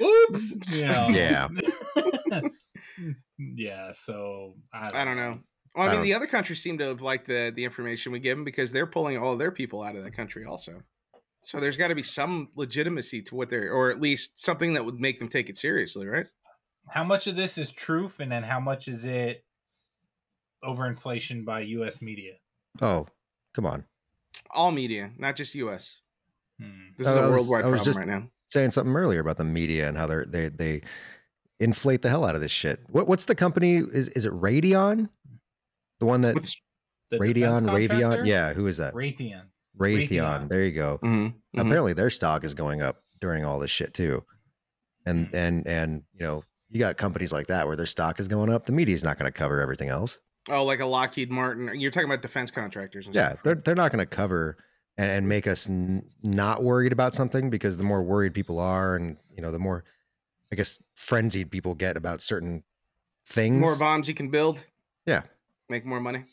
S4: Oops.
S7: You know.
S3: Yeah.
S7: yeah. So I
S4: I don't know. Well,
S3: I
S4: I mean,
S3: don't-
S4: the other countries seem to have liked the the information we give them because they're pulling all their people out of that country also. So there's got to be some legitimacy to what they're, or at least something that would make them take it seriously, right?
S7: How much of this is truth, and then how much is it overinflation by U.S. media?
S3: Oh, come on.
S4: All media, not just U.S.
S7: Hmm.
S4: This
S3: Oh,
S4: is
S3: I
S4: a
S3: was-
S4: worldwide
S3: I was
S4: problem
S3: just-
S4: right now.
S3: Saying something earlier about the media and how they they they inflate the hell out of this shit. What what's the company? Is is it Radeon? The one that
S4: What's-
S7: The defense
S3: Radeon, Ravion?
S7: contractor? Mm-hmm.
S3: Yeah, who is that?
S7: Raytheon.
S3: Raytheon.
S7: Raytheon.
S3: There you go.
S4: Mhm, mhm.
S3: Apparently, their stock is going up during all this shit too. And
S7: Mm.
S3: and and you know, you got companies like that where their stock is going up. The media's not going to cover everything else.
S4: Oh, like a Lockheed Martin. You're talking about defense contractors. And
S3: Yeah,
S4: stuff,
S3: they're
S4: right?
S3: they're not going to cover and, and make us n- not worried about something because the more worried people are, and you know, the more I guess frenzied people get about certain things.
S4: more bombs you can build.
S3: Yeah.
S4: make more money.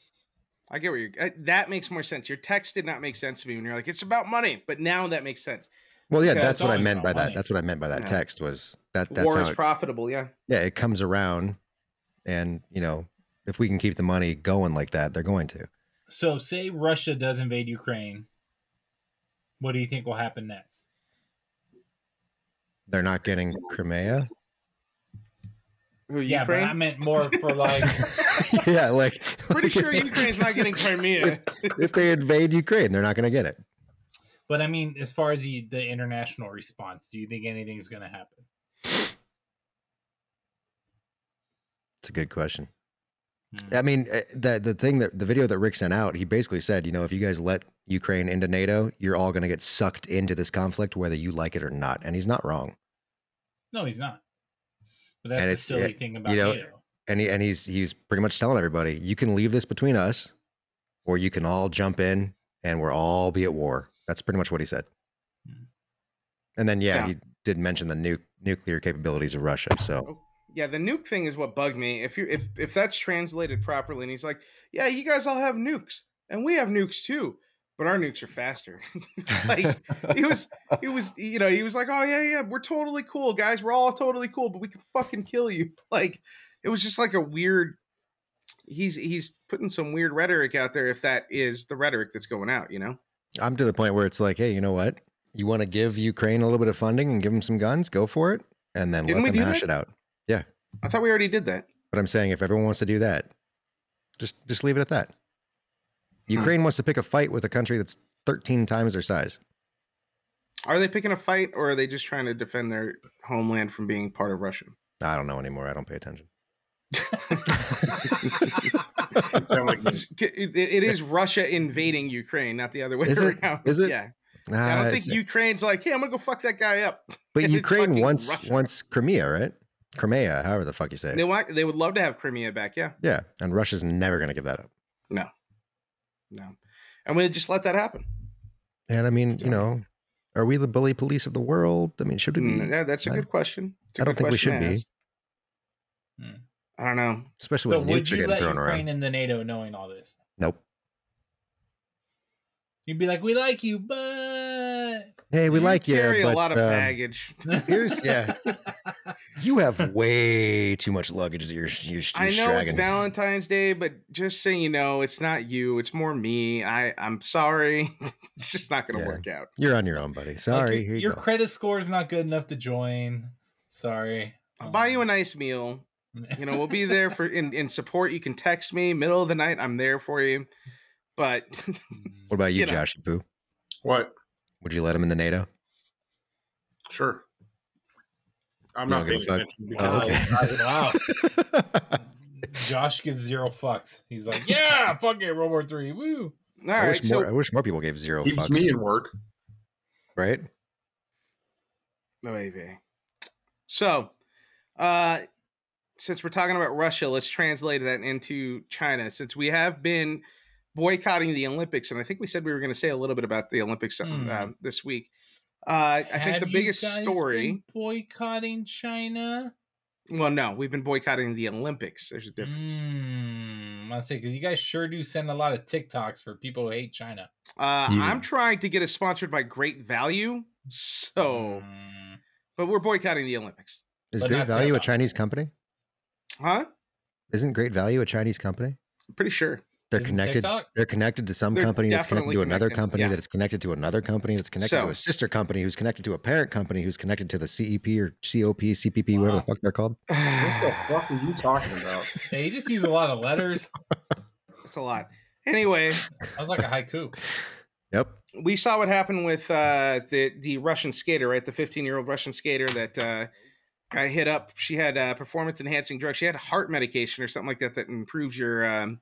S4: I get what you're. uh, That makes more sense. Your text did not make sense to me when you're like, "It's about money," but now that makes sense.
S3: well, yeah,
S4: Yeah,
S3: that's
S4: it's
S3: what I
S7: always
S3: meant by
S7: about
S3: that.
S7: money.
S3: That's what I meant by that
S4: Yeah.
S3: text was that that's
S4: War
S3: how
S4: is
S3: it-
S4: profitable. Yeah.
S3: yeah, it comes around, and you know, if we can keep the money going like that, they're going to.
S7: So, say Russia does invade Ukraine, what do you think will happen next?
S3: They're not getting Crimea.
S4: Who
S7: Yeah,
S4: Ukraine?
S7: but I meant more for like,
S3: yeah, like
S4: Pretty sure
S3: if,
S4: Ukraine's not getting Crimea.
S3: if they invade Ukraine, they're not going to get it.
S7: but I mean, as far as the, the international response, do you think anything's going to happen?
S3: It's a good question.
S7: Hmm.
S3: I mean, eh, the the thing that the video that Rick sent out, he basically said, you know, if you guys let Ukraine into NATO, you're all going to get sucked into this conflict, whether you like it or not. And he's not wrong.
S7: No, he's not. But
S3: And
S7: that's the
S3: it's-
S7: silly
S3: yeah,
S7: thing about
S3: know,
S7: NATO.
S3: And he and he's he's pretty much telling everybody, you can leave this between us, or you can all jump in and we're all be at war. That's pretty much what he said.
S7: Hmm.
S3: And then yeah,
S4: Yeah.
S3: he did mention the nu- nuclear capabilities of Russia. So
S4: yeah, the nuke thing is what bugged me. If you if if that's translated properly, and he's like, "Yeah, you guys all have nukes, and we have nukes too, but our nukes are faster." like he was he was you know he was like, "Oh yeah, yeah, we're totally cool, guys. We're all totally cool, but we can fucking kill you." Like it was just like a weird. He's he's putting some weird rhetoric out there. If that is the rhetoric that's going out, you know.
S3: I'm to the point where it's like, hey, you know what? You want to give Ukraine a little bit of funding and give them some guns, go for it, and then
S4: Didn't we
S3: let them
S4: do
S3: hash
S4: that?
S3: it out.
S4: I thought we already did that.
S3: But I'm saying if everyone wants to do that, just just leave it at that.
S4: Hmm.
S3: Ukraine wants to pick a fight with a country that's 13 times their size.
S4: Are they picking a fight, or are they just trying to defend their homeland from being part of Russia?
S3: I don't know anymore. I don't pay attention.
S2: It sound like me.
S4: It, it is Russia invading Ukraine, not the other way
S3: Is it?
S4: around.
S3: Is it? Ah,
S4: Yeah.
S3: Nah,
S4: I don't
S3: it's- uh,
S4: think Ukraine's like, hey, I'm gonna go fuck that guy up.
S3: but
S4: it's
S3: Ukraine
S4: fucking
S3: wants
S4: Russia.
S3: wants Crimea, right? Crimea, however the fuck you say it.
S4: They want, they would love to have Crimea back. Yeah.
S3: yeah, and Russia's never going to give that up.
S4: No. And we just let that happen.
S3: And I mean,
S4: Sorry.
S3: you know, are we the bully police of the world? I mean, should we
S4: Mm,
S3: be?
S4: yeah, that's a
S3: I-
S4: good question. It's a
S3: I don't
S4: good
S3: think we
S4: question
S3: should
S4: to
S3: be.
S4: ask.
S7: Hmm.
S4: I don't know.
S3: Especially
S7: So,
S3: when
S7: would
S3: nukes are
S7: you
S3: getting
S7: let
S3: thrown
S7: Ukraine
S3: around.
S7: in the NATO knowing all this?
S3: Nope.
S7: You'd be like, "We like you, but
S3: Hey, we
S4: You
S3: like you.
S4: Mm, Carry
S3: but,
S4: a lot of
S3: um,
S4: baggage.
S3: Here's- yeah. You have way too much luggage that you're, you're,
S4: I
S3: you're
S4: know
S3: dragging.
S4: it's Valentine's Day, but just so you know, it's not you. It's more me. I I'm sorry. it's just not gonna
S3: Yeah.
S4: work out.
S3: You're on your own, buddy.
S7: Like,
S3: Sorry.
S7: your-
S3: Here you
S7: your
S3: go.
S7: credit score is not good enough to join. Sorry.
S4: I'll buy you a
S7: Um,
S4: nice meal. you know we'll be there for in, in support you can text me middle of the night i'm there for you but
S7: Mm.
S3: What about you,
S4: you know.
S3: Josh Poo?
S2: What?
S3: Would you let him in the NATO?
S2: Sure. I'm
S3: Not
S2: not
S3: gonna
S2: paying
S3: fuck-
S2: attention because
S3: Oh,
S7: Wow.
S2: of-
S3: okay.
S7: wow. Josh gives zero fucks. He's like, yeah, fuck it, World War Three, woo.
S4: all
S3: I,
S4: right
S3: wish more, I
S4: so
S3: wish more people gave zero
S2: keeps
S3: fucks.
S2: me in work.
S3: Right?
S4: maybe Oh, so uh since we're talking about russia let's translate that into china since we have been boycotting the Olympics, and I think we said we were going to say a little bit about the Olympics uh,
S7: Hmm.
S4: this week. Uh, I think
S7: Have
S4: the
S7: you
S4: biggest
S7: guys
S4: story.
S7: been boycotting China.
S4: Well, no, we've been boycotting the Olympics. There's a difference.
S7: Hmm. Mm, I say because you guys sure do send a lot of TikToks for people who hate China.
S4: Uh,
S3: Yeah.
S4: I'm trying to get it sponsored by Great Value, so
S7: Mm.
S4: but we're boycotting the Olympics,
S3: Is
S7: But
S3: Great
S7: not
S3: Value a
S7: Samsung.
S3: Chinese company?
S4: huh?
S3: Isn't Great Value a Chinese company?
S4: I'm pretty sure.
S3: They're
S7: Isn't
S3: connected.
S7: TikTok?
S3: They're connected to some
S4: They're
S3: company that's connected
S4: definitely
S3: to another
S4: connected,
S3: company
S4: yeah.
S3: that is connected to another company that's connected
S4: So-
S3: to a sister company who's connected to a parent company who's connected to the CEP or COP, CPP, whatever the
S7: Wow.
S3: fuck they're called.
S2: What the fuck are you talking about?
S7: Yeah, you just use a lot of letters.
S4: That's a lot. Anyway,
S7: Sounds like a haiku.
S3: Yep.
S4: we saw what happened with uh, the the Russian skater, right? The 15 year old Russian skater that uh, got hit up. She had uh, performance enhancing drugs. She had heart medication or something like that that improves your um,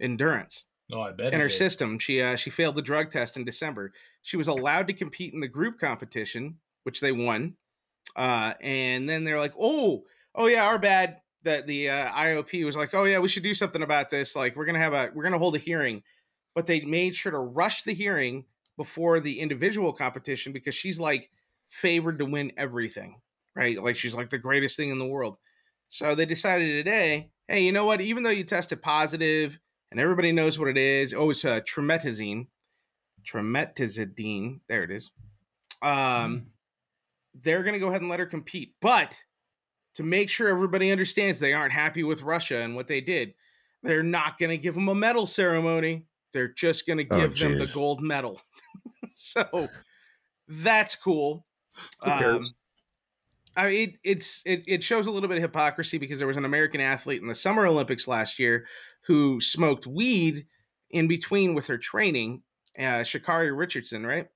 S4: endurance
S7: No, I bet.
S4: in
S7: it
S4: her
S7: did.
S4: system. She uh, she failed the drug test in December. She was allowed to compete in the group competition, which they won. Uh, and then they're like, oh, oh yeah, our bad. That the uh, IOP was like, oh yeah, we should do something about this. Like we're gonna have a we're gonna hold a hearing, but they made sure to rush the hearing before the individual competition because she's like favored to win everything, right? Like she's like the greatest thing in the world. So they decided today, hey, you know what? Even though you tested positive and everybody knows what it is, oh, it's uh, trimetazine, trimetazidine. There it is. Um,
S3: Mm.
S4: they're going to go ahead and let her compete. But to make sure everybody understands they aren't happy with Russia and what they did, they're not going to give them a medal ceremony. They're just going to
S3: Oh,
S4: give them the
S3: jeez.
S4: gold medal. so that's cool. Um,
S2: Who cares?
S4: I mean, it, it's it, it shows a little bit of hypocrisy because there was an American athlete in the Summer Olympics last year who smoked weed in between with her training, uh, Shakari Richardson, right?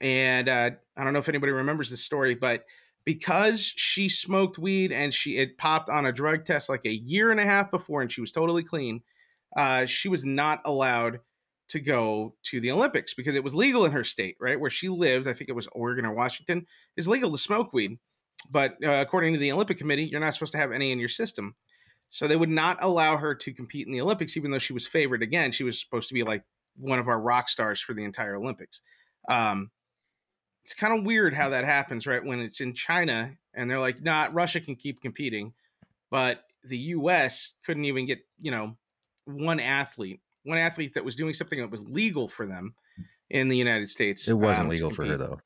S4: And uh, I don't know if anybody remembers this story, but because she smoked weed and she it popped on a drug test like a year and a half before, and she was totally clean, uh, she was not allowed to go to the Olympics because it was legal in her state, right where she lived. I think it was Oregon or Washington. It's legal to smoke weed, but uh, according to the Olympic Committee, you're not supposed to have any in your system. So they would not allow her to compete in the Olympics, even though she was favored. Again, she was supposed to be like one of our rock stars for the entire Olympics. Um, it's kind of weird how that happens, right? When it's in China and they're like, nah, Russia can keep competing, but the U.S. couldn't even get, you know, one athlete, one athlete that was doing something that was legal for them in the United States.
S3: It wasn't
S4: um, to
S3: legal for her
S4: compete.
S3: though.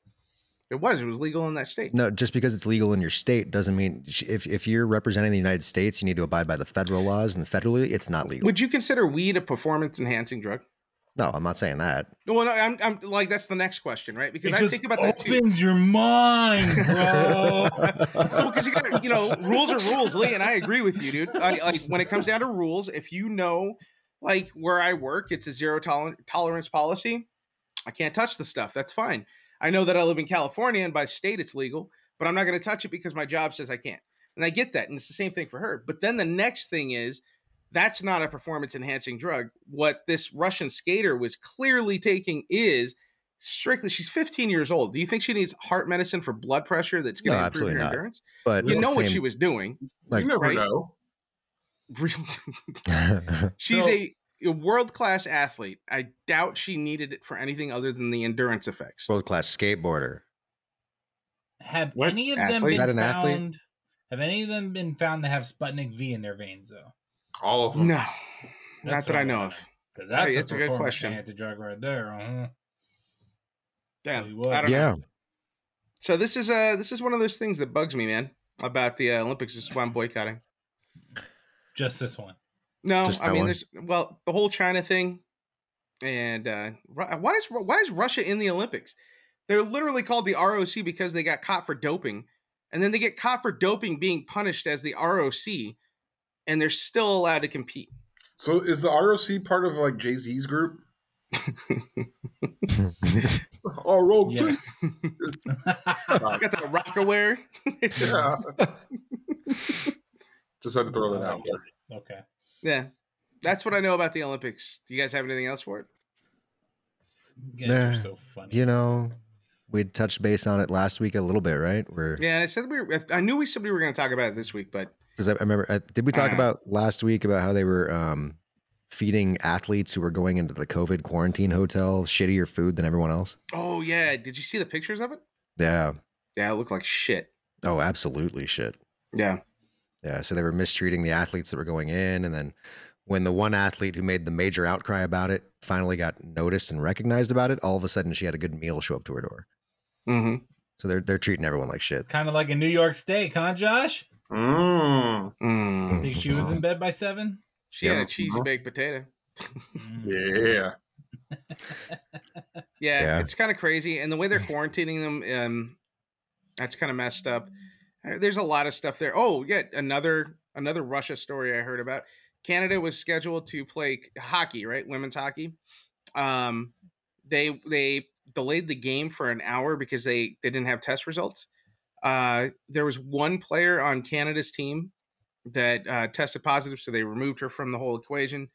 S4: It was. It was legal in that state.
S3: No, just because it's legal in your state doesn't mean sh- if if you're representing the United States, you need to abide by the federal laws, and federally, it's not legal.
S4: Would you consider weed a performance enhancing drug?
S3: no, I'm not saying that.
S4: Well, no, I'm, I'm like that's the next question, right? Because
S7: It
S4: I
S7: just
S4: think about that
S7: opens
S4: too.
S7: your mind, bro.
S4: Because you got you know rules are rules, Lee, and I agree with you, dude. I, like when it comes down to rules, if you know, like where I work, it's a zero toler- tolerance policy. I can't touch the stuff. That's fine. I know that I live in California, and by state it's legal, but I'm not going to touch it because my job says I can't. And I get that, and it's the same thing for her. But then the next thing is. That's not a performance enhancing drug. What this Russian skater was clearly taking is strictly she's 15 years old do you think she needs heart medicine for blood pressure that's going to
S3: No,
S4: improve
S3: absolutely
S4: her
S3: not.
S4: endurance
S3: But
S4: you
S3: at
S4: know
S3: the
S4: what she
S3: same-
S4: was doing
S3: Like-
S2: you never
S4: Right?
S2: know.
S4: she's
S7: So-
S4: a, a world-class athlete i doubt she needed it for anything other than the endurance effects
S3: world class skateboarder.
S7: Have
S4: What
S7: any of
S4: athlete?
S7: them been
S3: Is that an
S7: found?
S3: athlete?
S7: Have any of them been found to have Sputnik V in their veins, though?
S2: All of them.
S4: no
S7: That's
S4: not that
S7: what
S4: i
S7: I'm
S4: know of
S7: wondering. 'Cause that's,
S4: that's a good question.
S7: drug right there. Uh-huh.
S4: damn
S7: Well,
S4: I
S7: you would.
S4: don't know.
S3: Yeah,
S4: so this is uh this is one of those things that bugs me man about the uh, olympics this is why i'm boycotting
S7: Just this one.
S4: no
S3: Just
S4: i
S3: that
S4: mean
S3: one?
S4: there's well the whole china thing and uh Ru- why is why is russia in the olympics they're literally called the ROC because they got caught for doping, and then they get caught for doping being punished as the ROC, and they're still allowed to compete.
S2: So is the ROC part of like Jay Z's group?
S3: Oh,
S2: ROC.
S7: Yeah.
S3: Uh.
S4: I got that Rockaware.
S2: Yeah. Just had to throw that out there.
S7: Oh, okay.
S4: yeah, that's what I know about the Olympics. Do you guys have anything else for it?
S7: You guys are
S3: Nah,
S7: so funny.
S3: you know, we touched base on it last week a little bit, right? Where
S4: Yeah, I said we were, I knew we said we were going to talk about it this week, but
S3: because I, I remember, I, did uh, we talk
S4: Uh,
S3: about last week about how they were um, feeding athletes who were going into the COVID quarantine hotel shittier food than everyone else?
S4: Oh yeah, did you see the pictures of it?
S3: Yeah.
S4: Yeah, it looked like shit.
S3: Oh, absolutely shit.
S4: Yeah.
S3: Yeah. So they were mistreating the athletes that were going in. And then when the one athlete who made the major outcry about it finally got noticed and recognized about it, all of a sudden she had a good meal show up to her door.
S4: Mm-hmm.
S3: So they're they're treating everyone like shit.
S7: Kind of like a New York steak, huh, Josh?
S2: Mm.
S4: Mm.
S7: Think she
S3: Mm-hmm.
S7: was in bed by seven? Mm.
S4: She had a cheesy baked potato.
S2: Yeah.
S4: Yeah,
S3: Yeah.
S4: it's kind of crazy, and the way they're quarantining them, um, that's kind of messed up. Uh, There's a lot of stuff there. Oh, yeah, another another Russia story I heard about. Canada was scheduled to play c- hockey, right? Women's hockey. Um, they they delayed the game for an hour because they they didn't have test results. Uh, there was one player on Canada's team that uh, tested positive, so they removed her from the whole equation.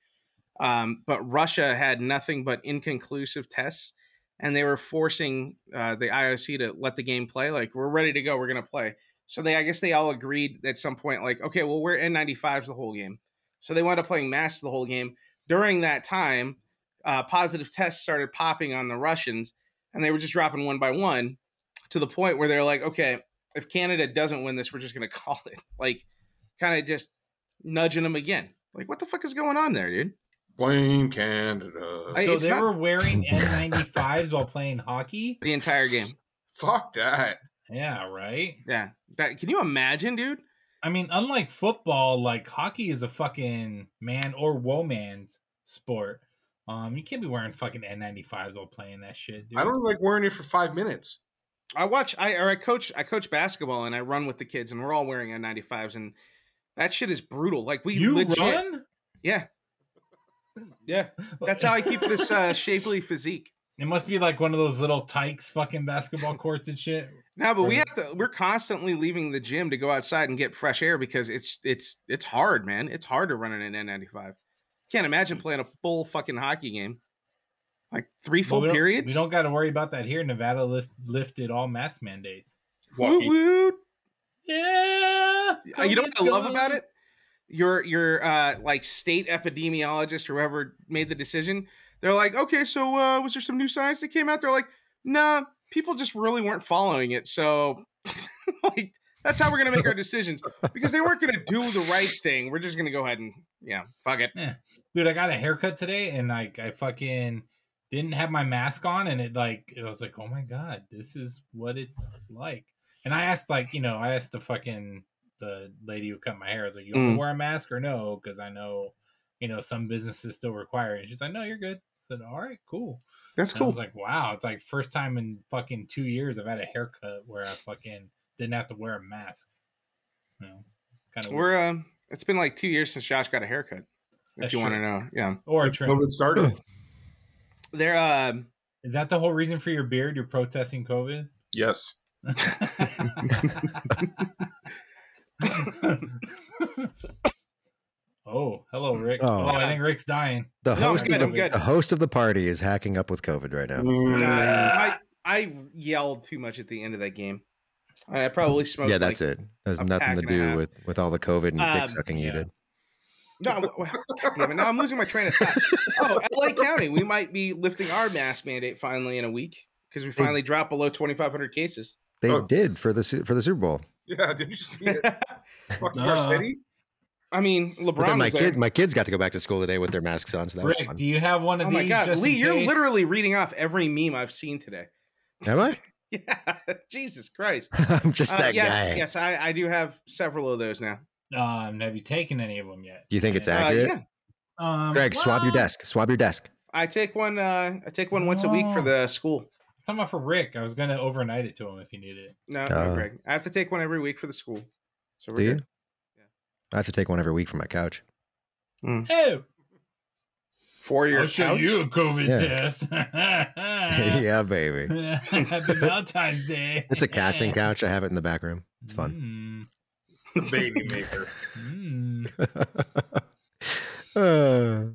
S4: Um, but Russia had nothing but inconclusive tests and they were forcing uh, the IOC to let the game play. Like, we're ready to go. We're going to play. So they, I guess they all agreed at some point, like, okay, well, we're N95s the whole game. So they wound up playing masks the whole game. During that time, uh, positive tests started popping on the Russians, and they were just dropping one by one to the point where they're like, okay, if Canada doesn't win this, we're just going to call it. Like, kind of just nudging them again. Like, what the fuck is going on there, dude?
S2: Blame Canada.
S4: I-
S7: So
S4: it's
S7: they
S4: not-
S7: were wearing N95s while playing hockey?
S4: The entire game.
S2: Fuck that.
S7: Yeah, right?
S4: Yeah. That, can you imagine, dude?
S7: I mean, unlike football, like hockey is a fucking man or woman sport. Um, you can't be wearing fucking N95s while playing that shit, dude.
S2: I don't like wearing it for five minutes.
S4: I watch I or I coach I coach basketball and I run with the kids and we're all wearing N95s and that shit is brutal. Like we
S7: You
S4: legit,
S7: run?
S4: yeah. Yeah, that's how I keep this uh, shapely physique.
S7: It must be like one of those little tykes fucking basketball courts and shit.
S4: No, but we
S7: Right.
S4: have to. We're constantly leaving the gym to go outside and get fresh air because it's it's it's hard, man. It's hard to run in an N95. Can't imagine playing a full fucking hockey game, like three
S7: Well,
S4: full
S7: we don't-
S4: periods.
S7: We don't got to worry about that here. Nevada list, lifted all mask mandates.
S4: Woot woot.
S7: Yeah.
S4: Uh, you know
S7: COVID
S4: what I love
S7: gone.
S4: about it? Your your uh like state epidemiologist, whoever made the decision, they're like, okay, so uh was there some new science that came out? They're like, nah, people just really weren't following it. So like that's how we're gonna make our decisions. Because they weren't gonna do the right thing. We're just gonna go ahead and yeah, fuck it.
S7: dude i got a haircut today and like i fucking didn't have my mask on and it like i was like oh my god this is what it's like and i asked like you know i asked the fucking the lady who cut my hair i was like you want
S4: Mm.
S7: to wear a mask or no because i know you know some businesses still require it and she's like no you're good I said all right cool
S4: That's
S7: and i
S4: cool.
S7: was like wow it's like first time in fucking two years i've had a haircut where i fucking didn't have to wear a mask you know kind of
S4: We're uh it's been like two years since Josh got a haircut. If
S7: That's
S4: you want to
S7: true.
S4: know. Yeah.
S7: or a
S2: Since
S7: trim.
S2: COVID started.
S4: They're um
S7: is that the whole reason for your beard you're protesting covid
S2: yes.
S7: oh, hello, Rick.
S3: Oh.
S7: Oh. I think Rick's dying.
S3: The
S4: No, I'm
S3: host Oh,
S4: good,
S3: of
S4: I'm
S3: the,
S4: good.
S3: the host of the party is hacking up with COVID right now.
S4: Mm,
S2: Mm.
S4: I, I yelled too much at the end of that game. I I probably smoked.
S3: yeah, that's
S4: like-
S3: it. It has
S4: a
S3: nothing
S4: pack
S3: to
S4: and a half.
S3: do with with all the COVID and
S4: Um,
S3: dick sucking you
S7: yeah.
S3: did.
S4: No, I'm- well, God damn it, now I'm losing my train of thought. Oh, LA County, we might be lifting our mask mandate finally in a week because we finally dropped below 2,500 cases.
S3: They
S2: Oh.
S3: did for the Su- for the Super Bowl.
S2: Yeah, did you see it? Fucking
S7: Duh.
S2: Garcetti?
S4: I mean,
S3: But then
S4: LeBron
S3: my
S4: was
S3: kid,
S4: there.
S3: my kids got to go back to school today with their masks on, so that was
S7: Rick,
S3: fun.
S7: do you have one of
S4: Oh
S7: these?
S4: my God,
S7: just
S4: Lee,
S7: in
S4: you're
S7: case?
S4: literally reading off every meme I've seen today.
S3: Am I?
S4: Yeah, Jesus Christ.
S3: I'm just
S4: Uh,
S3: that
S4: yes,
S3: guy.
S4: yes, I, I do have several of those now.
S7: Um, have you taken any of them yet?
S3: Do you think it's
S7: Yeah.
S4: Uh,
S3: accurate?
S4: yeah,
S7: Um,
S3: Greg, swab your
S7: well,
S3: desk. Swab your desk.
S4: I take one. Uh, I take one once a week for
S7: Oh.
S4: the school.
S7: Some are for Rick. I was gonna overnight it to him if he needed it.
S4: No,
S3: Uh,
S4: no, Greg. I have to take one every week for the school. So
S3: Do
S4: we're
S3: you?
S4: good.
S3: I have to take one every week from my couch.
S7: Oh,
S4: For your
S7: I'll show
S4: couch?
S7: you a COVID
S3: Yeah.
S7: test.
S3: yeah, baby.
S7: Happy Valentine's Day.
S3: It's a casting couch. I have it in the back room. It's fun.
S2: The baby maker.
S7: Mm, mm.
S3: Uh,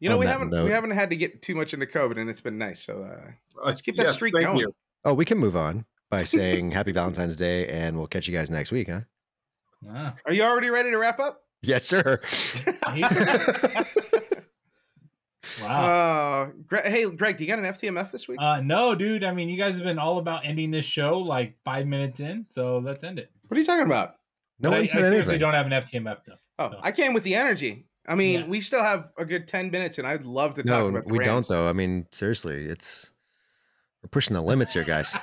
S4: You know,
S3: on
S4: we
S3: that
S4: haven't
S3: note.
S4: we haven't had to get too much into COVID, and it's been nice. So uh,
S2: Let's
S4: keep that streak going.
S3: oh, we can move on by saying Happy Valentine's Day, and we'll catch you guys next week, huh?
S7: Wow.
S4: are you already ready to wrap up?
S3: Yes, sir.
S7: He- Wow.
S4: Uh, Gre- hey, Greg, do you got an FTMF this week?
S7: Ah. Uh, no, dude. I mean, you guys have been all about ending this show like five minutes in, so let's end it.
S4: what are you talking about?
S3: No
S7: But I, I
S3: one said
S7: seriously
S3: anything.
S7: don't have an FTMF though.
S4: Oh,
S7: No.
S4: I came with the energy. I mean,
S7: Yeah.
S4: we still have a good ten minutes, and I'd love to talk
S3: No,
S4: about. The
S3: we don't
S4: Rams.
S3: though. I mean, seriously, it's we're pushing the limits here, guys.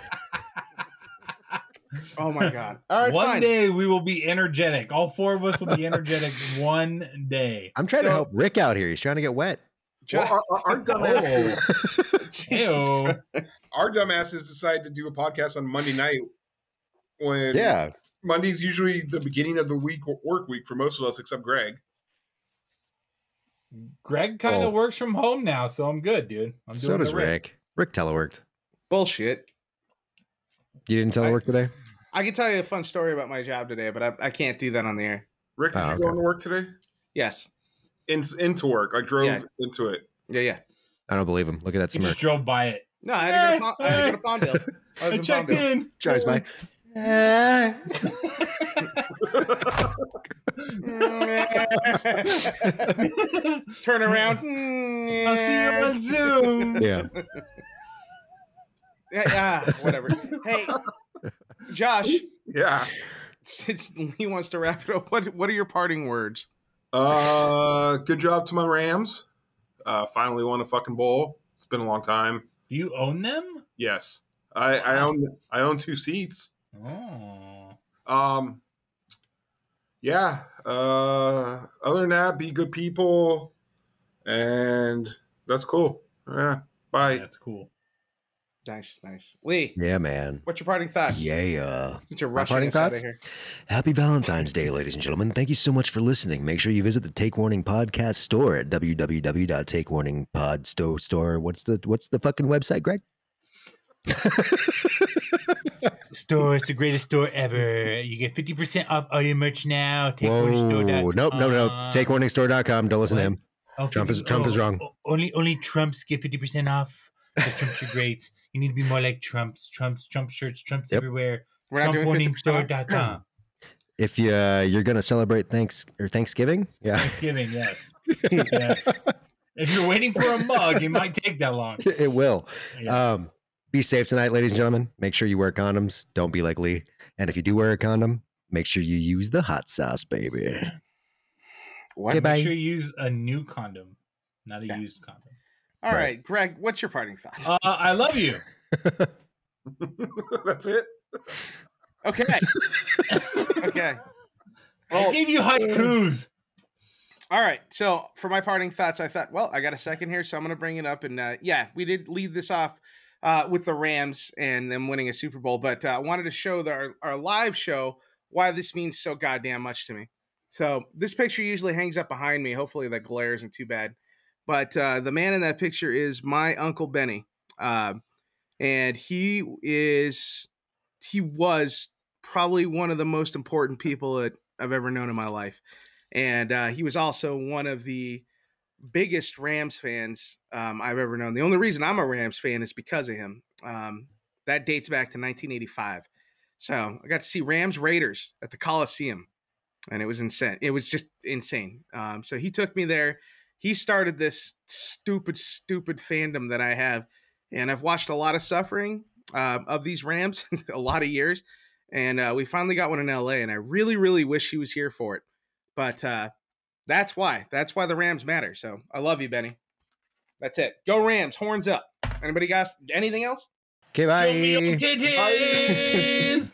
S4: Oh my god! All right,
S7: one
S4: fine.
S7: day we will be energetic. All four of us will be energetic one day.
S3: I'm trying to
S4: So-
S3: help Rick out here. He's trying to get wet.
S4: Jo-
S2: Well, our, our, our dumbasses,
S4: Oh, Jesus
S7: Oh. Ew.
S2: our dumbasses decided to do a podcast on Monday night when
S3: Yeah,
S2: Monday's usually the beginning of the week work week for most of us except Greg.
S7: Greg kind
S3: Oh.
S7: of works from home now, so I'm good, dude. I'm doing
S3: so does
S7: the
S3: Rick. Rick teleworked.
S4: Bullshit.
S3: You didn't
S4: I-
S3: telework today?
S4: I can tell you a fun story about my job today, but I, I can't do that on the air.
S2: Rick, did
S3: Oh,
S2: you
S3: okay.
S2: go into work today?
S4: Yes.
S2: In, into work. I drove
S4: Yeah.
S2: into it.
S4: Yeah, yeah.
S3: I don't believe him. Look at that
S7: He just
S3: smirk.
S7: drove by it.
S4: No, I had to go to, Pon- I had to, go to Palmdale. I was
S7: Eh, I
S4: in
S7: checked
S4: Palmdale.
S7: in.
S3: Drives by.
S4: Ah, Turn around.
S7: I'll see you on Zoom.
S3: Yeah.
S4: Yeah, ah, whatever. Hey, Josh,
S2: Yeah.
S4: since Lee wants to wrap it up, what what are your parting words?
S2: Uh, good job to my Rams. Uh, finally won a fucking bowl. It's been a long time.
S7: Do you own them?
S2: Yes, I, I own I own two seats.
S7: Oh.
S2: Um, yeah. Uh, other than that, be good people, and that's cool. Yeah. Bye.
S7: That's cool.
S4: Nice, nice. Lee,
S3: Yeah, man.
S4: what's your parting thoughts?
S3: Yeah.
S4: Since you're rushing
S3: parting
S4: us out
S3: thoughts?
S4: of here.
S3: Happy Valentine's Day, ladies and gentlemen. Thank you so much for listening. Make sure you visit the Take Warning podcast store at www.takewarningpodstore store. What's the what's the fucking website, Greg?
S7: Store, it's the greatest store ever. You get 50% off all your merch now.
S3: Whoa. Nope, no, no. Takewarningstore.com. Don't listen to
S7: what?
S3: him. Trump is- Trump is wrong.
S7: oh, Only only Trumps get 50% off. The Trumps are great. You need to be more like Trumps. Trumps, Trump shirts, Trumps
S3: Yep.
S7: everywhere.
S4: We're not doing 50% off.
S7: TrumpWarningStore.com.
S3: If you, uh, you're going to celebrate thanks or Thanksgiving, yeah,
S7: Thanksgiving, yes. yes. If you're waiting for a mug, it might take that long.
S3: it will.
S7: Yeah.
S3: Um, be safe tonight, ladies and gentlemen. Make sure you wear condoms. Don't be like Lee. And if you do wear a condom, make sure you use the hot sauce, baby.
S4: What?
S3: Okay, bye.
S7: Make sure you use a new condom, not a
S4: Yeah.
S7: used condom.
S4: All
S3: Right.
S4: right. Greg, what's your parting thoughts?
S7: Uh, I love you.
S2: that's it.
S4: okay. okay. Oh.
S7: I gave you haikus.
S4: All right. So for my parting thoughts, I thought, well, I got a second here, so I'm going to bring it up. And uh, yeah, we did lead this off uh, with the Rams and them winning a Super Bowl, but uh, I wanted to show the, our, our live show why this means so goddamn much to me. So this picture usually hangs up behind me. Hopefully that glare isn't too bad. But uh, the man in that picture is my uncle Benny, uh, and he is he was probably one of the most important people that I've ever known in my life and uh, he was also one of the biggest Rams fans um, I've ever known. The only reason I'm a Rams fan is because of him. Um, that dates back to 1985. So I got to see Rams Raiders at the Coliseum, and it was insane. It was just insane. Um, so he took me there. He started this stupid, stupid fandom that I have, and I've watched a lot of suffering uh, of these Rams, a lot of years. And uh, we finally got one in LA, and I really, really wish he was here for it. But uh, that's why. That's why the Rams matter. So I love you, Benny. That's it. Go Rams. Horns up. Anybody got anything else?
S3: Okay,
S7: Show me your
S3: bye.
S7: titties.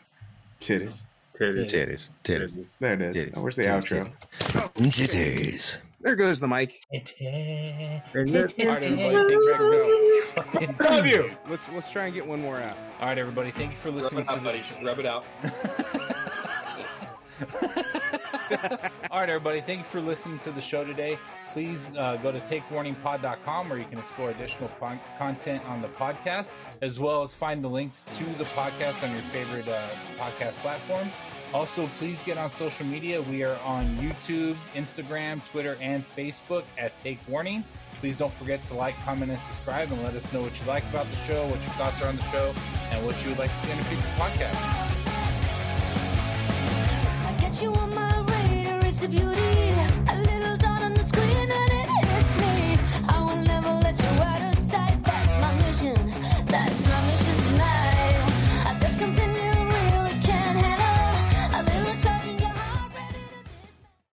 S4: Titties.
S2: Titties.
S3: Titties, titties,
S2: Titties.
S4: There it is.
S3: Titties,
S4: Oh, where's the
S3: titties,
S4: outro?
S3: titties.
S4: There goes the mic.
S7: Titties.
S4: All right, everybody. Take back the
S7: Fucking
S4: bell. Love you.
S7: dude.
S4: Let's let's try and get one more out.
S7: All right, everybody. Thank you for
S2: Rub
S7: listening
S2: it
S7: to
S2: out, buddy.
S7: the
S2: Rub it out.
S7: All right, everybody. Thank you for listening to the show today. Please uh, go to takewarningpod.com where you can explore additional pon- content on the podcast, as well as find the links to the podcast on your favorite uh, podcast platforms. Also, please get on social media. We are on YouTube, Instagram, Twitter, and Facebook at Take Warning. Please don't forget to like, comment, and subscribe, and let us know what you like about the show, what your thoughts are on the show, and what you would like to see in a future podcast.
S8: I got you on my